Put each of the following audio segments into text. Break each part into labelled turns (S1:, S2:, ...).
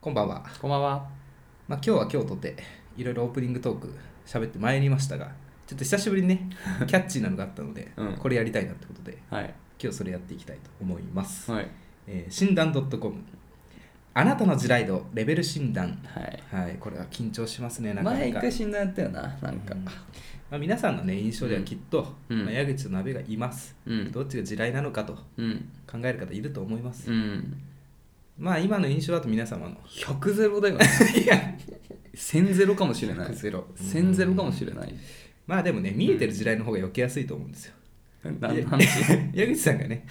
S1: こんばんは、
S2: こんばんは。
S1: まあ、今日は今日とていろいろオープニングトーク喋ってまいりましたがちょっと久しぶりに ねキャッチーなのがあったので、
S2: うん
S1: これやりたいなってことで
S2: はい。
S1: 今日それやっていきたいと思います、
S2: はい。
S1: えー診断 .com あなたの地雷度レベル診断
S2: はい。
S1: はいこれは緊張しますねなかなか
S2: 前一回診断やったよな、なんか
S1: うん。まあ、皆さんのね印象ではきっと、
S2: うん
S1: まあ、矢口と鍋がいます、
S2: うん。
S1: どっちが地雷なのかと
S2: うん。
S1: 考える方いると思います、
S2: うん。
S1: まあ今の印象だと皆様の
S2: 100ゼロだよね。 いや、1000ゼロかもしれない。
S1: ゼロ
S2: 1000ゼロかもしれない。
S1: まあでもね見えてる地雷の方が避けやすいと思うんですよ
S2: 何
S1: いや
S2: の話
S1: 矢口さんがね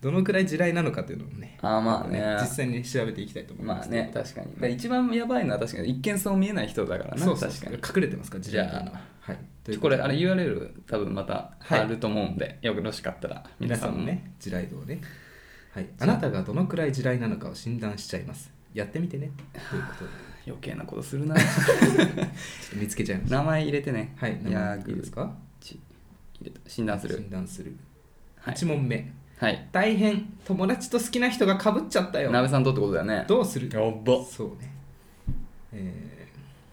S1: どのくらい地雷なのかというのもね
S2: あーまあね
S1: 実際に調べていきたいと思いま
S2: ますあね、確かに。だから一番やばいのは確かに、一見そう見えない人だからな、
S1: そうそう
S2: 確かに。
S1: 隠れてますから地雷というのは
S2: じ
S1: はい
S2: ちょこれ、あれ URL 多分また
S1: はい
S2: 貼ると思うんで、よろしかったら、
S1: 皆さんも。ね地雷道をねはいあなたがどのくらい地雷なのかを診断しちゃいますやってみてねということで
S2: 余計なことするな。
S1: ちょっと見つけちゃいました
S2: 名前入れてね。
S1: はい名
S2: や
S1: 前
S2: ー
S1: いいですか
S2: ち入れた診断する。
S1: 診断する
S2: はい。
S1: 1問目
S2: はい。
S1: 大変友達と好きな人がかぶっちゃったよ
S2: なべさんとってことだよね。
S1: どうする
S2: やっば
S1: そうねえ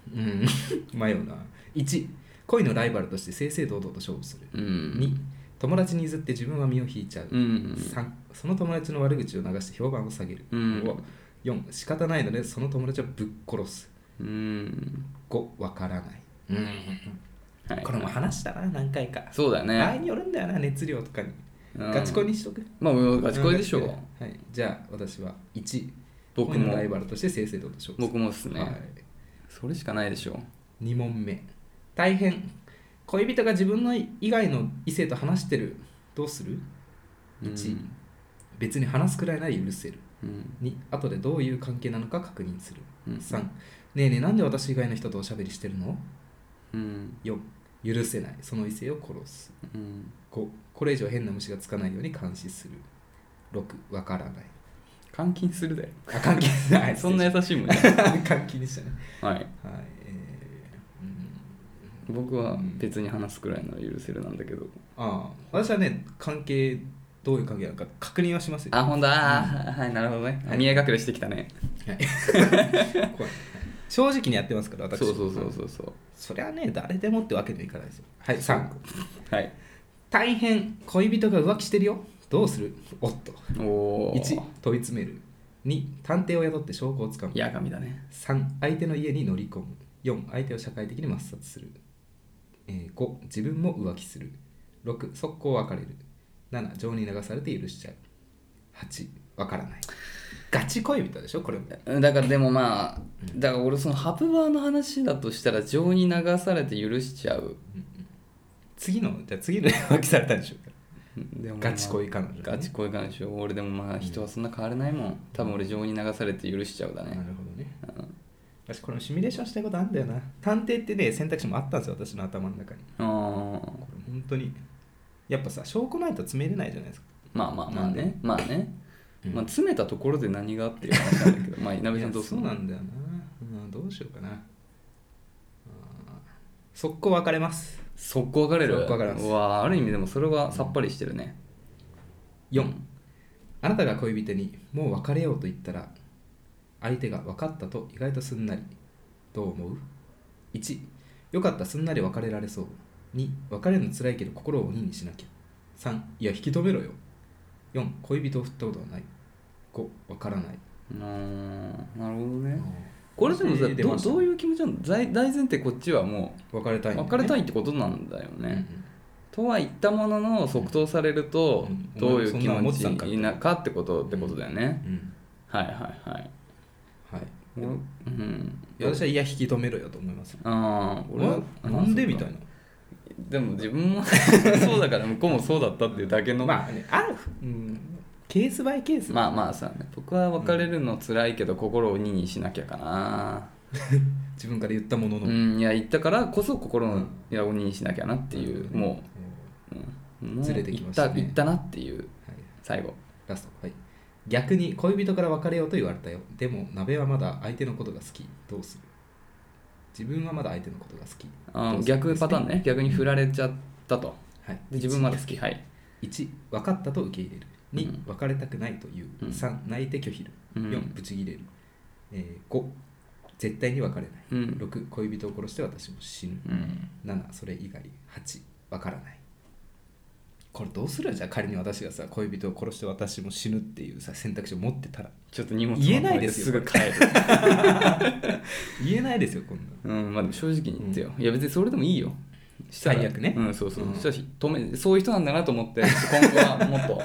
S1: ー、うん 迷うな1恋のライバルとして正々堂々と勝負する、
S2: う
S1: 2
S2: ん。
S1: 友達に譲って自分は身を引いちゃう、
S2: うん。
S1: 3その友達の悪口を流して評判を下げる、
S2: うん
S1: 4仕方ないのでその友達をぶっ殺す
S2: うん。
S1: 5わからない、
S2: はい。
S1: これも話したな何回か、
S2: そうだよ
S1: 場合
S2: ね。
S1: によるんだよな熱量とかに、
S2: うん
S1: ガチ恋にしとく
S2: まあ、ガチ恋でしょ
S1: うん
S2: う
S1: ガ。チ恋はい、じゃあ私は1
S2: 僕
S1: 恋の
S2: も
S1: ラ。イバルとして正々堂々と勝負する
S2: 僕もっす
S1: はい
S2: ね。それしかないでしょ
S1: 2問目大変恋人が自分の以外の異性と話してるどうする
S2: う。
S1: 1、別に話すくらいなら許せる
S2: うん。
S1: 2後でどういう関係なのか確認する、
S2: うん
S1: 3ねえねえなんで私以外の人とおしゃべりしてるの
S2: うん。
S1: 4許せないその異性を殺す
S2: うん。
S1: 5これ以上変な虫がつかないように監視する6わからない
S2: 監禁するだよ。
S1: あ関係ない
S2: そんな
S1: や
S2: 優しいもんね。
S1: 関係でしたね
S2: はい。
S1: はいえーうん
S2: 僕は別に話すくらいの許せるなんだけど。
S1: ああ私はね関係どういう関係なのか確認はしますよ
S2: あ、ほんと、あーはい、なるほどね
S1: は。い
S2: 見え隠れしてきたね。
S1: 怖い正直にやってますから私
S2: そうそうそう
S1: はい
S2: そうそう。
S1: そりゃね誰でもってわけにはいかないですよはい3
S2: はい。
S1: 大変恋人が浮気してるよどうするおっと
S2: おー。
S1: 1問い詰める2探偵を雇って証拠をつかむ
S2: 八神だね。
S1: 3相手の家に乗り込む4相手を社会的に抹殺する、えー、5自分も浮気する6速攻別れる7情に流されて許しちゃう8わからないガチ恋人でしょこれも
S2: だからでもまあだから俺そのハプバーの話だとしたら情に流されて許しちゃう
S1: 次のじゃあ次の 浮気されたんでしょうか
S2: でもまあ
S1: ガチ恋彼女ね、
S2: ガチ恋感傷俺でもまあ人はそんな変われないもん多分俺情に流されて許しちゃうだ
S1: な
S2: ね
S1: るほどね
S2: うん
S1: 私これもシミュレーションしたいことあるんだよな探偵ってね選択肢もあったんですよ私の頭の中に
S2: あー
S1: これ本当にやっぱさ証拠ないと詰めれないじゃないですか
S2: まあまあまあ
S1: なん
S2: ねまあね、
S1: うん
S2: まあ詰めたところで何がっていう話なんだけどまあ稲部さんどうす
S1: い
S2: る
S1: やそうなんだよな、うん、どうしようかなうん速攻別れます
S2: 速攻別れる
S1: 速攻別れます
S2: うわーある意味でもそれはさっぱりしてるね
S1: 4あなたが恋人にもう別れようと言ったら相手が分かったと意外とすんなりどう思う ?1 よかったすんなり別れられそう2別れるの辛いけど心を鬼にしなきゃ3いや引き止めろよ4恋人を振ったことはない5分からない
S2: うんなるほどねこれでもさ
S1: 出ま
S2: ど
S1: した
S2: どういう気持ちなの大大前提こっちはもう
S1: 別れたいんだよね、
S2: 別れた
S1: い
S2: いってことなんだよね、とは言ったものの即答されると
S1: うんうん
S2: どういう気
S1: お前もそんな思っ
S2: 持
S1: てたんか
S2: ちなかってことってことだよね、
S1: うん、うん
S2: はいはいはい
S1: はい
S2: 俺うん
S1: いや私はいや引き止めろよと思います
S2: ああ俺
S1: 俺
S2: は
S1: なんでみたい
S2: な
S1: な
S2: でも自分も そうだから向こうもそうだったっていうだけの、まあ、
S1: まあねある、うん、ケースバイケース
S2: まあさ僕は別れるの辛いけど心を2にしなきゃかな
S1: 自分から言ったものの、
S2: うん、いや言ったからこそ心をいや鬼にしなきゃなっていう、
S1: うん
S2: もう、うん、もう
S1: ずれてきましたね
S2: 言った言ったなっていう
S1: はい、
S2: 最後
S1: ラストはい逆に恋人から別れようと言われたよでも鍋はまだ相手のことが好きどうする自分はまだ相手のことが好き
S2: あ
S1: ど
S2: ー
S1: うする
S2: 逆パターンね逆に振られちゃったと
S1: はい
S2: で自分まだ好きはい
S1: 1分かったと受け入れる
S2: う
S1: 2
S2: ん
S1: 別れたくないという、
S2: うん
S1: 3泣いて拒否る
S2: うん
S1: 4ブチ切れる、ええー5絶対に別れない、
S2: うん
S1: 6恋人を殺して私も死ぬ
S2: うん
S1: 7それ以外8わからないこれどうするじゃあ仮に私がさ恋人を殺して私も死ぬっていうさ選択肢を持ってたら
S2: ちょっと荷物
S1: 言えないですよ
S2: まとめてすぐ帰る
S1: 言えないですよこんなの
S2: うんまあでも正直に言ってよ、いや別にそれでもいいよしたら
S1: 最悪ね
S2: うんそうそう、
S1: うん
S2: したし止めそういう人なんだなと思って今後はも っと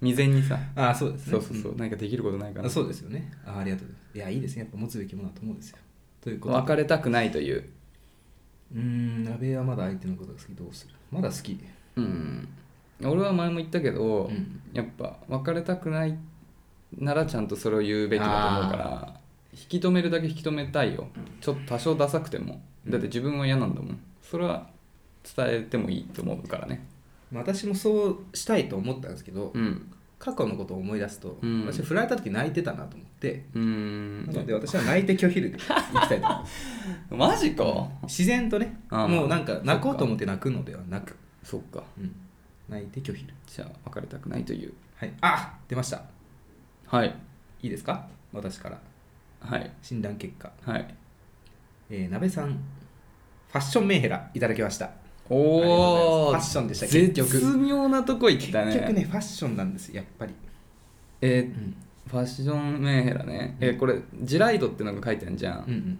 S2: 未然にさ
S1: ああそうですね
S2: そうそうそう、
S1: ん
S2: なんかできることないかな
S1: あそうですよねあありがとうございますいやいいですねやっぱ持つべきものだと思うんですよということで
S2: 別れたくないという
S1: うーん安倍はまだ相手のことが好きどうするまだ好き
S2: うん俺は前も言ったけど、
S1: うん
S2: やっぱ別れたくないならちゃんとそれを言うべきだと思うから引き止めるだけ引き止めたいよちょっと多少ダサくてもだって自分は嫌なんだもんそれは伝えてもいいと思うからね
S1: まあ私もそうしたいと思ったんですけど、
S2: うん
S1: 過去のことを思い出すと、
S2: うん
S1: 私振られた時泣いてたなと思って
S2: うー
S1: なの
S2: ん
S1: で私は泣いて拒否るでいきたいと思います
S2: マジか
S1: 自然とね
S2: あー
S1: もうなんか泣こうと思って泣くのではなく、
S2: そっか
S1: うん、泣いて拒否る
S2: じゃあ別れたくないという
S1: はいあ出ました
S2: はい
S1: いいですか私から
S2: はい
S1: 診断結果
S2: はい
S1: えー、なべさんファッションメンヘラいただきましたありがとうございますファ
S2: おお
S1: ッションでした結局
S2: 絶妙なとこ行った
S1: 結局ねファッションなんですやっぱり
S2: え
S1: う
S2: ー
S1: ん
S2: ファッションメンヘラね、えーこれジライドってのが書いてあるじゃん、
S1: うん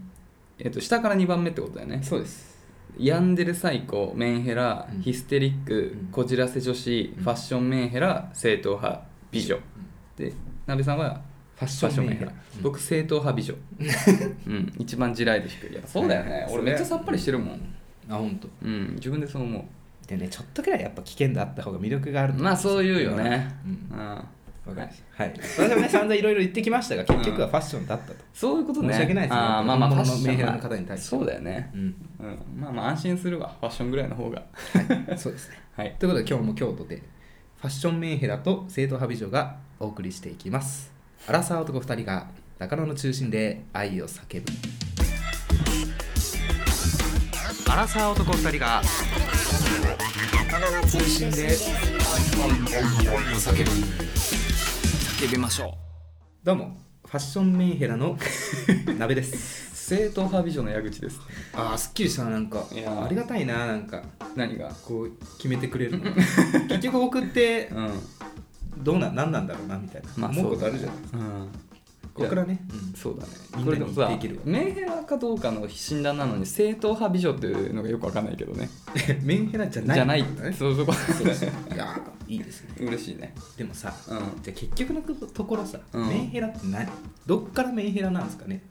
S2: えっと下から2番目ってことだよ
S1: う
S2: ね
S1: んそうです
S2: 病んでるサイコメンヘラ、
S1: うん
S2: ヒステリック
S1: うん
S2: こじらせ女子、
S1: うん
S2: ファッションメンヘラ正統派美女、でなべさんは
S1: ファッ
S2: ファッションメンヘラ、
S1: うん
S2: 僕正統派美女、 うん、一番地雷で低いやっぱそうだよね
S1: はい
S2: 俺めっちゃさっぱりしてるもん
S1: あ本当。
S2: うん自分でそう思
S1: でねちょっとくらいやっぱ危険度あった方が魅力がある
S2: うまあそう言うよね、
S1: う
S2: うんん
S1: わかりましたはい私もね散々いろいろ言ってきましたが結局はファッションだったと
S2: そういうことね
S1: 申し訳ないですね
S2: あーまあまあ
S1: 本
S2: フ
S1: 物の
S2: ァッション
S1: メンヘラの方に対して
S2: そうだよね、
S1: うん
S2: うん、まあまあ安心するわファッションぐらいの方が
S1: そうですね
S2: はい
S1: ということで今日も京都でファッションメンヘラと生徒派美女がお送りしていきますアラサー男2人が中野の中心で愛を叫ぶアラサー男2人が中心で
S2: 叫びましょう
S1: どうもファッションメンヘラの 鍋です
S2: 正統派美女の矢口です
S1: あーすっきりしたななんか
S2: いやー
S1: ありがたいななんか
S2: 何が
S1: こう決めてくれるの 結局僕って
S2: うん、
S1: どうな何なんだろうなみたいな、
S2: まあ
S1: 思うこ
S2: そう
S1: と
S2: だ
S1: あ
S2: ね
S1: るじゃない
S2: うん、
S1: ここからね、
S2: そうだね
S1: みん
S2: こ
S1: な
S2: れ
S1: に
S2: でもさ
S1: 言っていけるわ
S2: メンヘラかどうかの診断なのに正統派美女っていうのがよくわかんないけどね
S1: うん メンヘラじゃない
S2: じゃない
S1: んだね
S2: そうそこ
S1: そうだねいやーいいですね
S2: 嬉しいね
S1: でもさ
S2: うん
S1: じゃあ結局のところさ、
S2: うん
S1: メンヘラって何どっからメンヘラなんですかね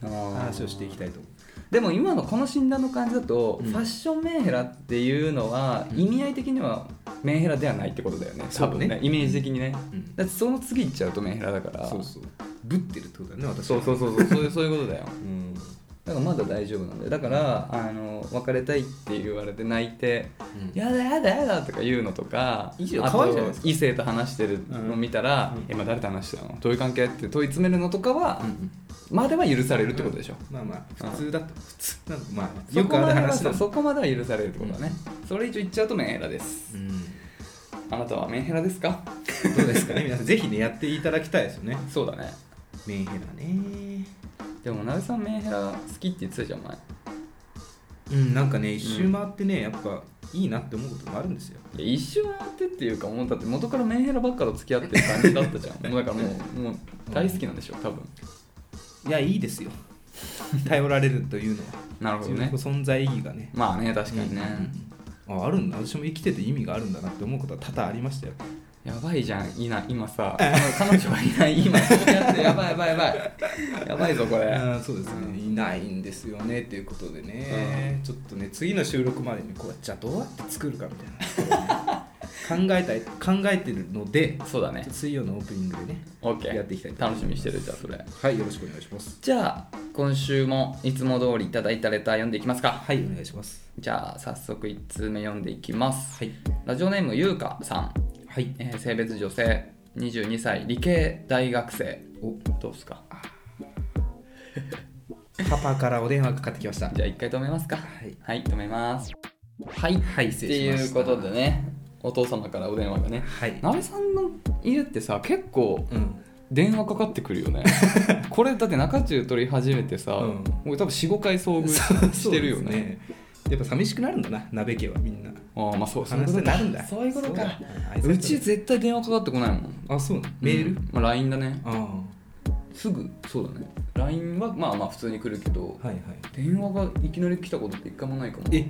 S1: 話
S2: 話
S1: を
S2: を
S1: し
S2: してて
S1: い
S2: い
S1: き
S2: き
S1: たいと思
S2: でも今のこの診断の感じだと、
S1: うん
S2: ファッションメンヘラっていうのは
S1: うん
S2: 意味合い的にはメンヘラではないってことだよね
S1: そ
S2: 多
S1: うね
S2: 分ねイメージ的にね、
S1: う、うん
S2: だってその次行っちゃうとメンヘラだから
S1: そうそうぶってるってことだね私は
S2: そうそうそうそうそういうそういうことだよ
S1: うん
S2: だからまだ大丈夫なんだよだからあの別れたいって言われて泣いて
S1: うん
S2: 「やだやだやだ」とか言うのとか
S1: いいよ
S2: あ
S1: 可愛いじ
S2: と
S1: ゃないですか
S2: 異性と話してるのを見たら
S1: うん
S2: 「え今誰と話してたのどういう関係?」って問い詰めるのとかは
S1: うんうん
S2: までは許されるってことでしょ
S1: まあまあ普通だと普通なんかまあ
S2: そ
S1: よ
S2: こ
S1: くあ
S2: ま
S1: る
S2: では
S1: 話だ
S2: そう
S1: もん
S2: そこまでは許されるってことだねそれ以上言っちゃうとメンヘラです
S1: うん
S2: あなたはメンヘラですか
S1: どうですかね皆さんぜひねやっていただきたいですよね
S2: そうだね
S1: メンヘラね
S2: でもなべさんメンヘラ好きって言ってたじゃん前
S1: うんなんかね一周回ってねやっぱいいなって思うこともあるんですよ
S2: いや一瞬回ってっていうかもうだって元からメンヘラばっかと付き合ってる感じだったじゃ んもうだからもうもう大好きなんでしょ多分
S1: いやいい ですよ頼られるというのは
S2: なるほ
S1: 自
S2: ど
S1: 分の
S2: ね
S1: 存在意義がね
S2: まあね確かにね、
S1: ああるんだ私も生きてて意味があるんだなって思うことは多々ありましたよ
S2: やばいじゃんいな今さ彼女はいない今そうやってやばいやばいやばいやばいぞこれ
S1: あーそうですね、いないんですよねっていうことでね、ちょっとね次の収録までにこうじゃあどうやって作るかみたいな考えたい考えてるので
S2: そうだね
S1: 水曜のオープニングでね
S2: OK
S1: やっていきたいと思い
S2: 楽
S1: ます
S2: しみにしてるじゃあそれ
S1: はいよろしくお願いします
S2: じゃあ今週もいつも通りいただいたレター読んでいきますか
S1: はいお願いします
S2: じゃあ早速1通目読んでいきます
S1: はい
S2: ラジオネームゆうかさん、
S1: はい
S2: えー性別女性22歳理系大学生
S1: お
S2: どうっすか
S1: パパからお電話かかってきましたは
S2: じゃあ一回止めますか
S1: い
S2: はい止めますはいっ
S1: はい失
S2: て
S1: 礼しま
S2: い
S1: し
S2: う
S1: た
S2: ことでねお父様からお電話がね
S1: はい
S2: なべさんの家ってさ結構
S1: うん
S2: 電話かかってくるよ ねこれだって中中取り始めてさ、
S1: うん
S2: 俺多分45回遭遇してるよね
S1: やっぱ寂しくなるんだな鍋家はみんな
S2: ああまあそうそういう
S1: 話
S2: こ
S1: したくな
S2: とか
S1: るんだ
S2: そういうこと
S1: だ
S2: か
S1: 挨拶
S2: うち絶対電話かかってこないもん、
S1: あそうなのメール、
S2: うんまあ、LINE だね
S1: あ
S2: すぐそうだね LINE はまあまあ普通に来るけど
S1: あはいはい
S2: 電話がいきなり来たことって一回もないかも
S1: え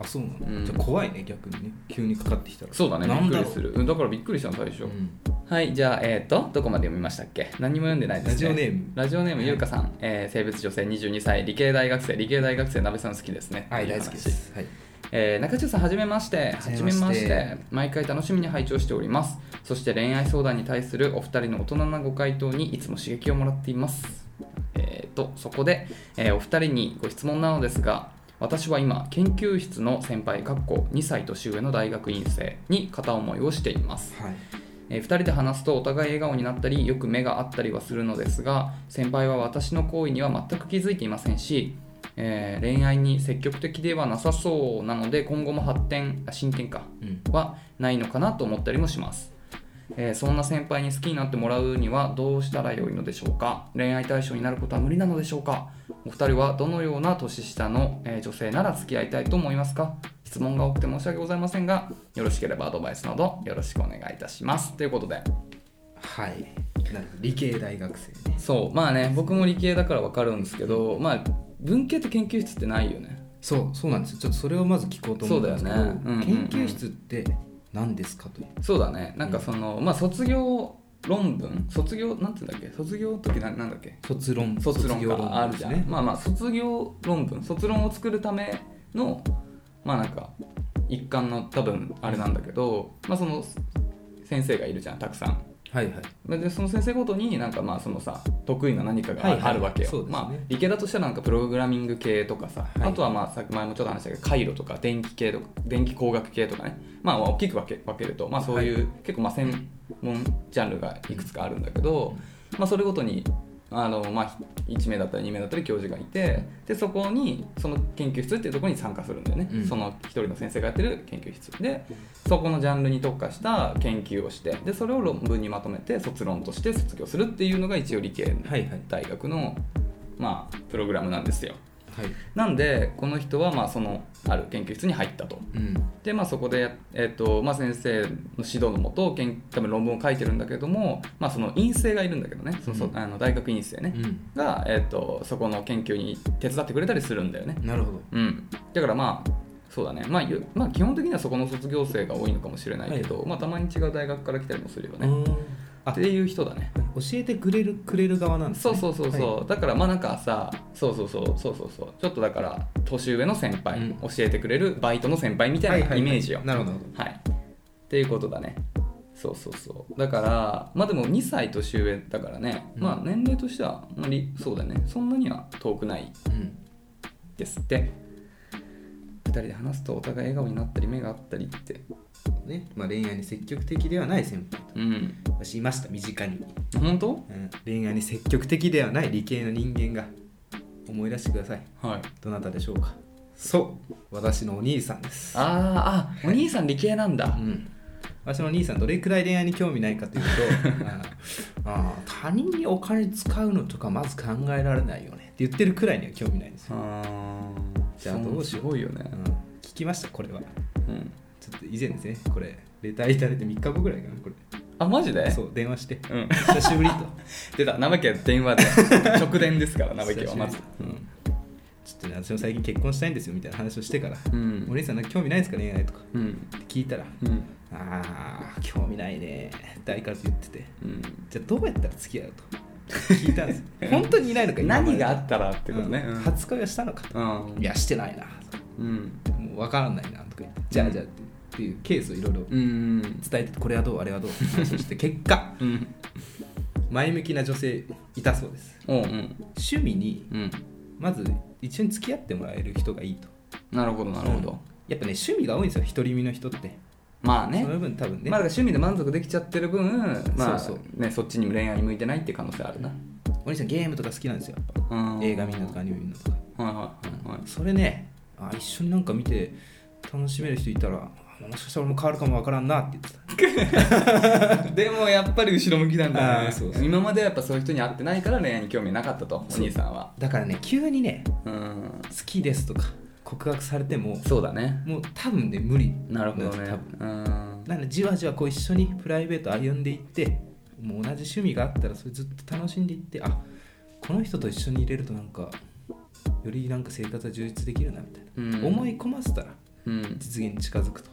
S1: あそうなの、
S2: うん
S1: じゃあ怖いね逆にね急にかかってきたら
S2: そうだねび
S1: な
S2: っ
S1: ん
S2: く
S1: だ
S2: り
S1: ろう
S2: するうんだからびっくりしたの最初、
S1: うん
S2: はいじゃあえっ、ー、とどこまで読みましたっけ何も読んでないです、ね、
S1: ラジオネーム
S2: ラジオネームゆうかさん、えー性別女性22歳理系大学生理系大学生なべさん好きですね
S1: はい
S2: とう
S1: 大
S2: 話
S1: 好きですはい
S2: えー中中さんはじめまして
S1: はじめまして
S2: は毎回楽しみに拝聴しておりますそして恋愛相談に対するお二人の大人なご回答にいつも刺激をもらっていますえー、とそこで、えーお二人にご質問なのですが私は今研究室の先輩かっこ2歳年上の大学院生に片思いをしています
S1: はい
S2: え2人で話すとお互い笑顔になったりよく目が合ったりはするのですが先輩は私の行為には全く気づいていませんし、えー恋愛に積極的ではなさそうなので今後も発展あ進展か
S1: うん
S2: はないのかなと思ったりもします、えーそんな先輩に好きになってもらうにはどうしたらよいのでしょうか恋愛対象になることは無理なのでしょうかお二人はどのような年下の、えー女性なら付き合いたいと思いますか質問が多くて申し訳ございませんがよろしければアドバイスなどよろしくお願いいたしますということで
S1: はいなるほど理系大学生ね
S2: そうまあね僕も理系だから分かるんですけどまあ文系って研究室ってないよね
S1: そうそうなんですよちょっとそれをまず聞こうと思うんですけど、
S2: そうだよねうんうんうん
S1: 研究室って何ですかという
S2: そうだねなんかその、まあ卒業論文卒業なんて言うんだっけ卒業の時ななんだっけ
S1: 卒論
S2: 卒論
S1: 業
S2: がある
S1: で
S2: じ
S1: す
S2: ゃん、
S1: ね
S2: まあまあ卒業論文卒論を作るためのまあなんか一環の多分あれなんだけど、まあその先生がいるじゃんたくさん
S1: はいはい
S2: でその先生ごとになんかまあそのさ得意な何かが
S1: はいはい
S2: ああるわけよ、
S1: そうですね
S2: まあ、理系だとしたらなんかプログラミング系とかさ、
S1: はい
S2: あとはまあさっき前もちょっと話したけど回路とか電気系とか電気工学系とかね、まあ、まあ大きく分け分けると、まあ、そういう、結構まあ専門ジャンルがいくつかあるんだけど、まあ、それごとにあの、まあ、1名だったり2名だったり教授がいてでそこにその研究室っていうところに参加するんだよね、
S1: うん
S2: その一人の先生がやってる研究室でそこのジャンルに特化した研究をしてでそれを論文にまとめて卒論として卒業するっていうのが一応理系
S1: はいはい
S2: 大学の、まあ、プログラムなんですよ
S1: はい
S2: なんでこの人はまあそのある研究室に入ったと
S1: うん
S2: で、まあ、そこで、えっとまあ、先生の指導のもと研多分論文を書いてるんだけども、まあ、その院生がいるんだけどねそのそ
S1: うん
S2: あの大学院生ね、
S1: う
S2: が、えっとそこの研究に手伝ってくれたりするんだよね
S1: んなるほど
S2: うん、だからまあそうだね、まあ、ゆまあ基本的にはそこの卒業生が多いのかもしれないけど、まあ、たまに違う大学から来たりもするよね、
S1: うんあ
S2: っていう人だね
S1: 教えてくれるくれる側なんです
S2: そ
S1: ね
S2: うそうそうそう、だからまあなんかさそうそうそうそうそうそうちょっとだから年上の先輩、
S1: うん
S2: 教えてくれるバイトの先輩みた
S1: はい
S2: い
S1: はいは
S2: ないイメージよ、
S1: なるほどなる
S2: はい。っていうことだね。そうそうそう。だから、まあでも2歳年上だからね、
S1: うん
S2: まあ年齢としてはあんまりそうだね、そんなには遠くない
S1: ほどうん
S2: ですって。2人で話すとお互い笑顔になったり目が合ったりって。
S1: ねまあ、恋愛に積極的ではない先輩
S2: うん。
S1: 私いました身近に、
S2: 本当
S1: うん恋愛に積極的ではない理系の人間が思い出してください
S2: はい。
S1: どなたでしょうかそう私のお兄さんです
S2: あーあ、お兄さん理系なんだ。
S1: うん私のお兄さんどれくらい恋愛に興味ないかという とああ他人にお金使うのとかまず考えられないよねって言ってるくらいには興味ないんですよ、
S2: あー
S1: じゃあどうし
S2: すごいよ
S1: うん、
S2: ね。
S1: 聞きましたこれは
S2: うん。
S1: ちょっと以前ですねこれレターいただいて3日後ぐらいかなこれ
S2: あ、マジで
S1: そう電話して
S2: うん。
S1: 久しぶりと
S2: 出た、なめけは電 話で。直電ですから、なめけはまず
S1: 久。
S2: うん。
S1: ちょっとね私も最近結婚したいんですよみたいな話をしてから、
S2: うん
S1: お姉さんなんか興味ないですか恋愛とか
S2: うん。
S1: って聞いたら
S2: うん。
S1: あー興味ないねって相変わらず言ってて
S2: うん
S1: じゃあどうやったら付き合うと聞いたん ですよ本当にいないのか今まで
S2: 何があったらってことね。
S1: う
S2: うんん
S1: 初恋はしたのかと、
S2: うん
S1: いやしてないな
S2: うん
S1: もう分からないなとか言ってじゃあじゃあっていうケースをいろいろ
S2: うん
S1: 伝えてこれはどうあれはどうって話をして結果
S2: うん
S1: 前向きな女性いたそうです
S2: おううん
S1: 趣味に
S2: うん
S1: まず一緒に付き合ってもらえる人がいいと
S2: なるほどなるほど
S1: やっぱね趣味が多いんですよ独り身の人って、
S2: まあね
S1: その分多分ね、
S2: まあだから趣味で満足できちゃってる分まあ
S1: そうそ
S2: ねそっちにも恋愛に向いてないって可能性あるな
S1: お兄さんゲームとか好きなんですよやっぱ
S2: うん
S1: 映画見るのとかアニメ見るのとか
S2: はいはいはいはい
S1: それねあ一緒になんか見て楽しめる人いたらもしかしたら俺も変わるかもわからんなって言ってた
S2: でもやっぱり後ろ向きなんだ
S1: あー
S2: ね
S1: そうそう
S2: 今までやっぱそういう人に会ってないから恋愛に興味なかったとお
S1: そう
S2: 兄さんは
S1: だからね急にね
S2: うん
S1: 好きですとか告白されても
S2: そうだね
S1: もう多分ね無理
S2: なるほど
S1: なん
S2: ね
S1: です多分
S2: うん
S1: なのでじわじわこう一緒にプライベート歩んでいってもう同じ趣味があったらそれずっと楽しんでいってあこの人と一緒にいれるとなんかよりなんか生活が充実できるなみたいな、
S2: うん
S1: 思い込ませたら
S2: うん
S1: 実現に近づくと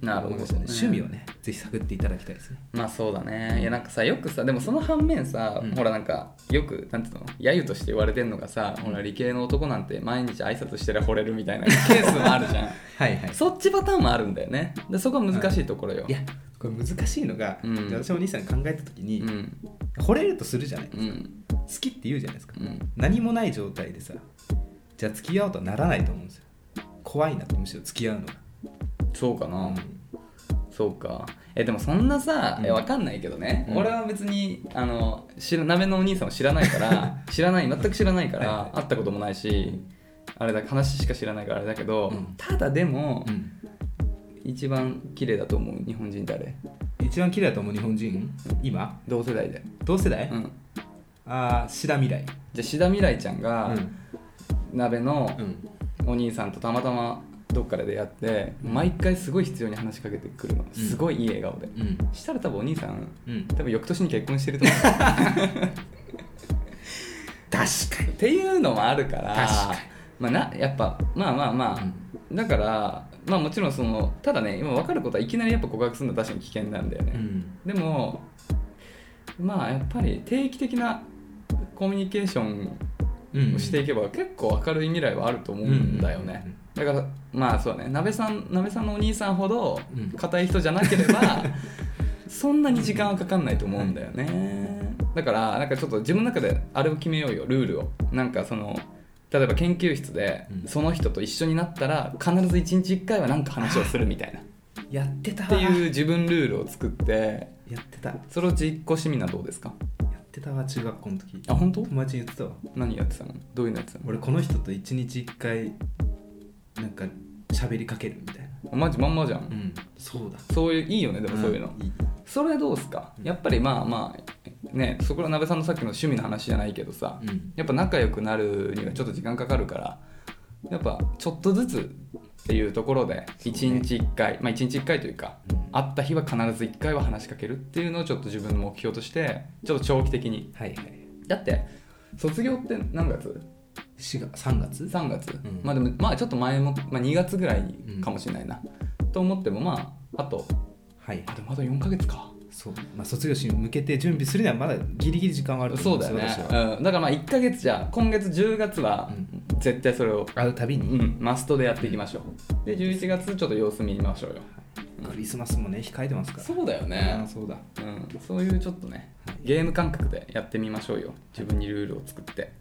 S2: なる
S1: 思い
S2: ほ
S1: ま
S2: ど
S1: すよね趣味をねぜひ探っていただきたいですね
S2: まあそうだねいやなんかさよくさでもその反面さ、
S1: うん
S2: ほらなんかよくなんていうの揶揄として言われてんのがさ、ほら理系の男なんて毎日挨拶してら惚れるみたいなケースもある じゃん
S1: はいはい
S2: そっちパターンもあるんだよねでそこは難しいところよ、
S1: いやこれ難しいのが、
S2: うん
S1: じゃあ私お兄さん考えた時に、
S2: うん
S1: 惚れるとするじゃない
S2: うん
S1: 好きって言うじゃないですか、
S2: うん
S1: 何もない状態でさじゃあ付き合おうとはならないと思うんですよ怖いなとむしろ付き合うのが、
S2: そうかな、
S1: うん
S2: そうかえでもそんなさ
S1: うん
S2: えわかんないけどね、
S1: うん
S2: 俺は別にあの知ら鍋のお兄さんを知らないから 知らない全く知らないから、
S1: はいはい
S2: 会ったこともないしあれだ話しか知らないからあれだけど、
S1: うん
S2: ただでも、
S1: うん
S2: 一番綺麗だと思う日本人誰
S1: 一番綺麗だと思う日本人今
S2: 同世代で、
S1: 同世代、
S2: うん、
S1: ああ志田未来
S2: じゃあ志田未来ちゃんが、
S1: うん
S2: 鍋の
S1: うん
S2: お兄さんとたまたまどっかで出会って毎回すごい必要に話しかけてくるのすごいいい笑顔で、
S1: うん
S2: したら多分お兄さん
S1: うん
S2: 多分翌年に結婚してると思う
S1: 確か
S2: っていうのもあるから
S1: 確かに
S2: まあ、なやっぱまあまあまあ、だからまあもちろんそのただね今分かることはいきなりやっぱ告白するのは確かに危険なんだよね、
S1: うん
S2: でもまあやっぱり定期的なコミュニケーション
S1: うん
S2: をしていけば結構明るい未来はあると思うんだよね、だからまあそうだね鍋さん鍋さんのお兄さんほど
S1: うん
S2: 硬い人じゃなければ、 そんなに時間はかかんないと思うんだよねだからなんかちょっと自分の中であれを決めようよルールをなんかその例えば研究室で
S1: うん
S2: その人と一緒になったら必ず1日1回は何か話をするみた いなっ
S1: やってたわ
S2: ていう自分ルールを作って
S1: やってたや
S2: それを実行してみるのはどうですか
S1: ってたわ中学校の時
S2: あ本当
S1: 友達に言ってたわ
S2: 何やってたのどういうのやってたの
S1: 俺この人と一日一回なんか喋りかけるみたいな
S2: あマジまんまじゃん、
S1: うんそうだ
S2: そういういいよねでもそういうの、
S1: んいい
S2: それどうですかやっぱりまあまあねそこは鍋さんのさっきの趣味の話じゃないけどさ、
S1: うん
S2: やっぱ仲良くなるにはちょっと時間かかるからやっぱちょっとずつっていうところで
S1: そうね
S2: 1日1回、まあ1日1回というか、
S1: うん
S2: 会った日は必ず1回は話しかけるっていうのをちょっと自分の目標としてちょっと長期的に
S1: はいはい
S2: だって卒業って何月
S1: 4月3月
S2: ?3 月、
S1: ん
S2: まあでもまあちょっと前も、まあ、2月ぐらいかもしれないな、と思ってもまああと
S1: はい
S2: あでもあと4ヶ月か
S1: そうまあ卒業式に向けて準備するにはまだギリギリ時間はあると
S2: そ
S1: 思
S2: うだよ
S1: んで
S2: ね
S1: す、私は
S2: うん、だからまあ1ヶ月じゃ今月10月は絶対それを、
S1: 会うたび
S2: う
S1: に
S2: ん、マストでやっていきましょうで11月ちょっと様子見ましょうよ
S1: クリスマスもね控えてますから
S2: そうだよ
S1: あー
S2: ね、
S1: そうだ
S2: うん、そういうちょっとねゲーム感覚でやってみましょうよ自分にルールを作って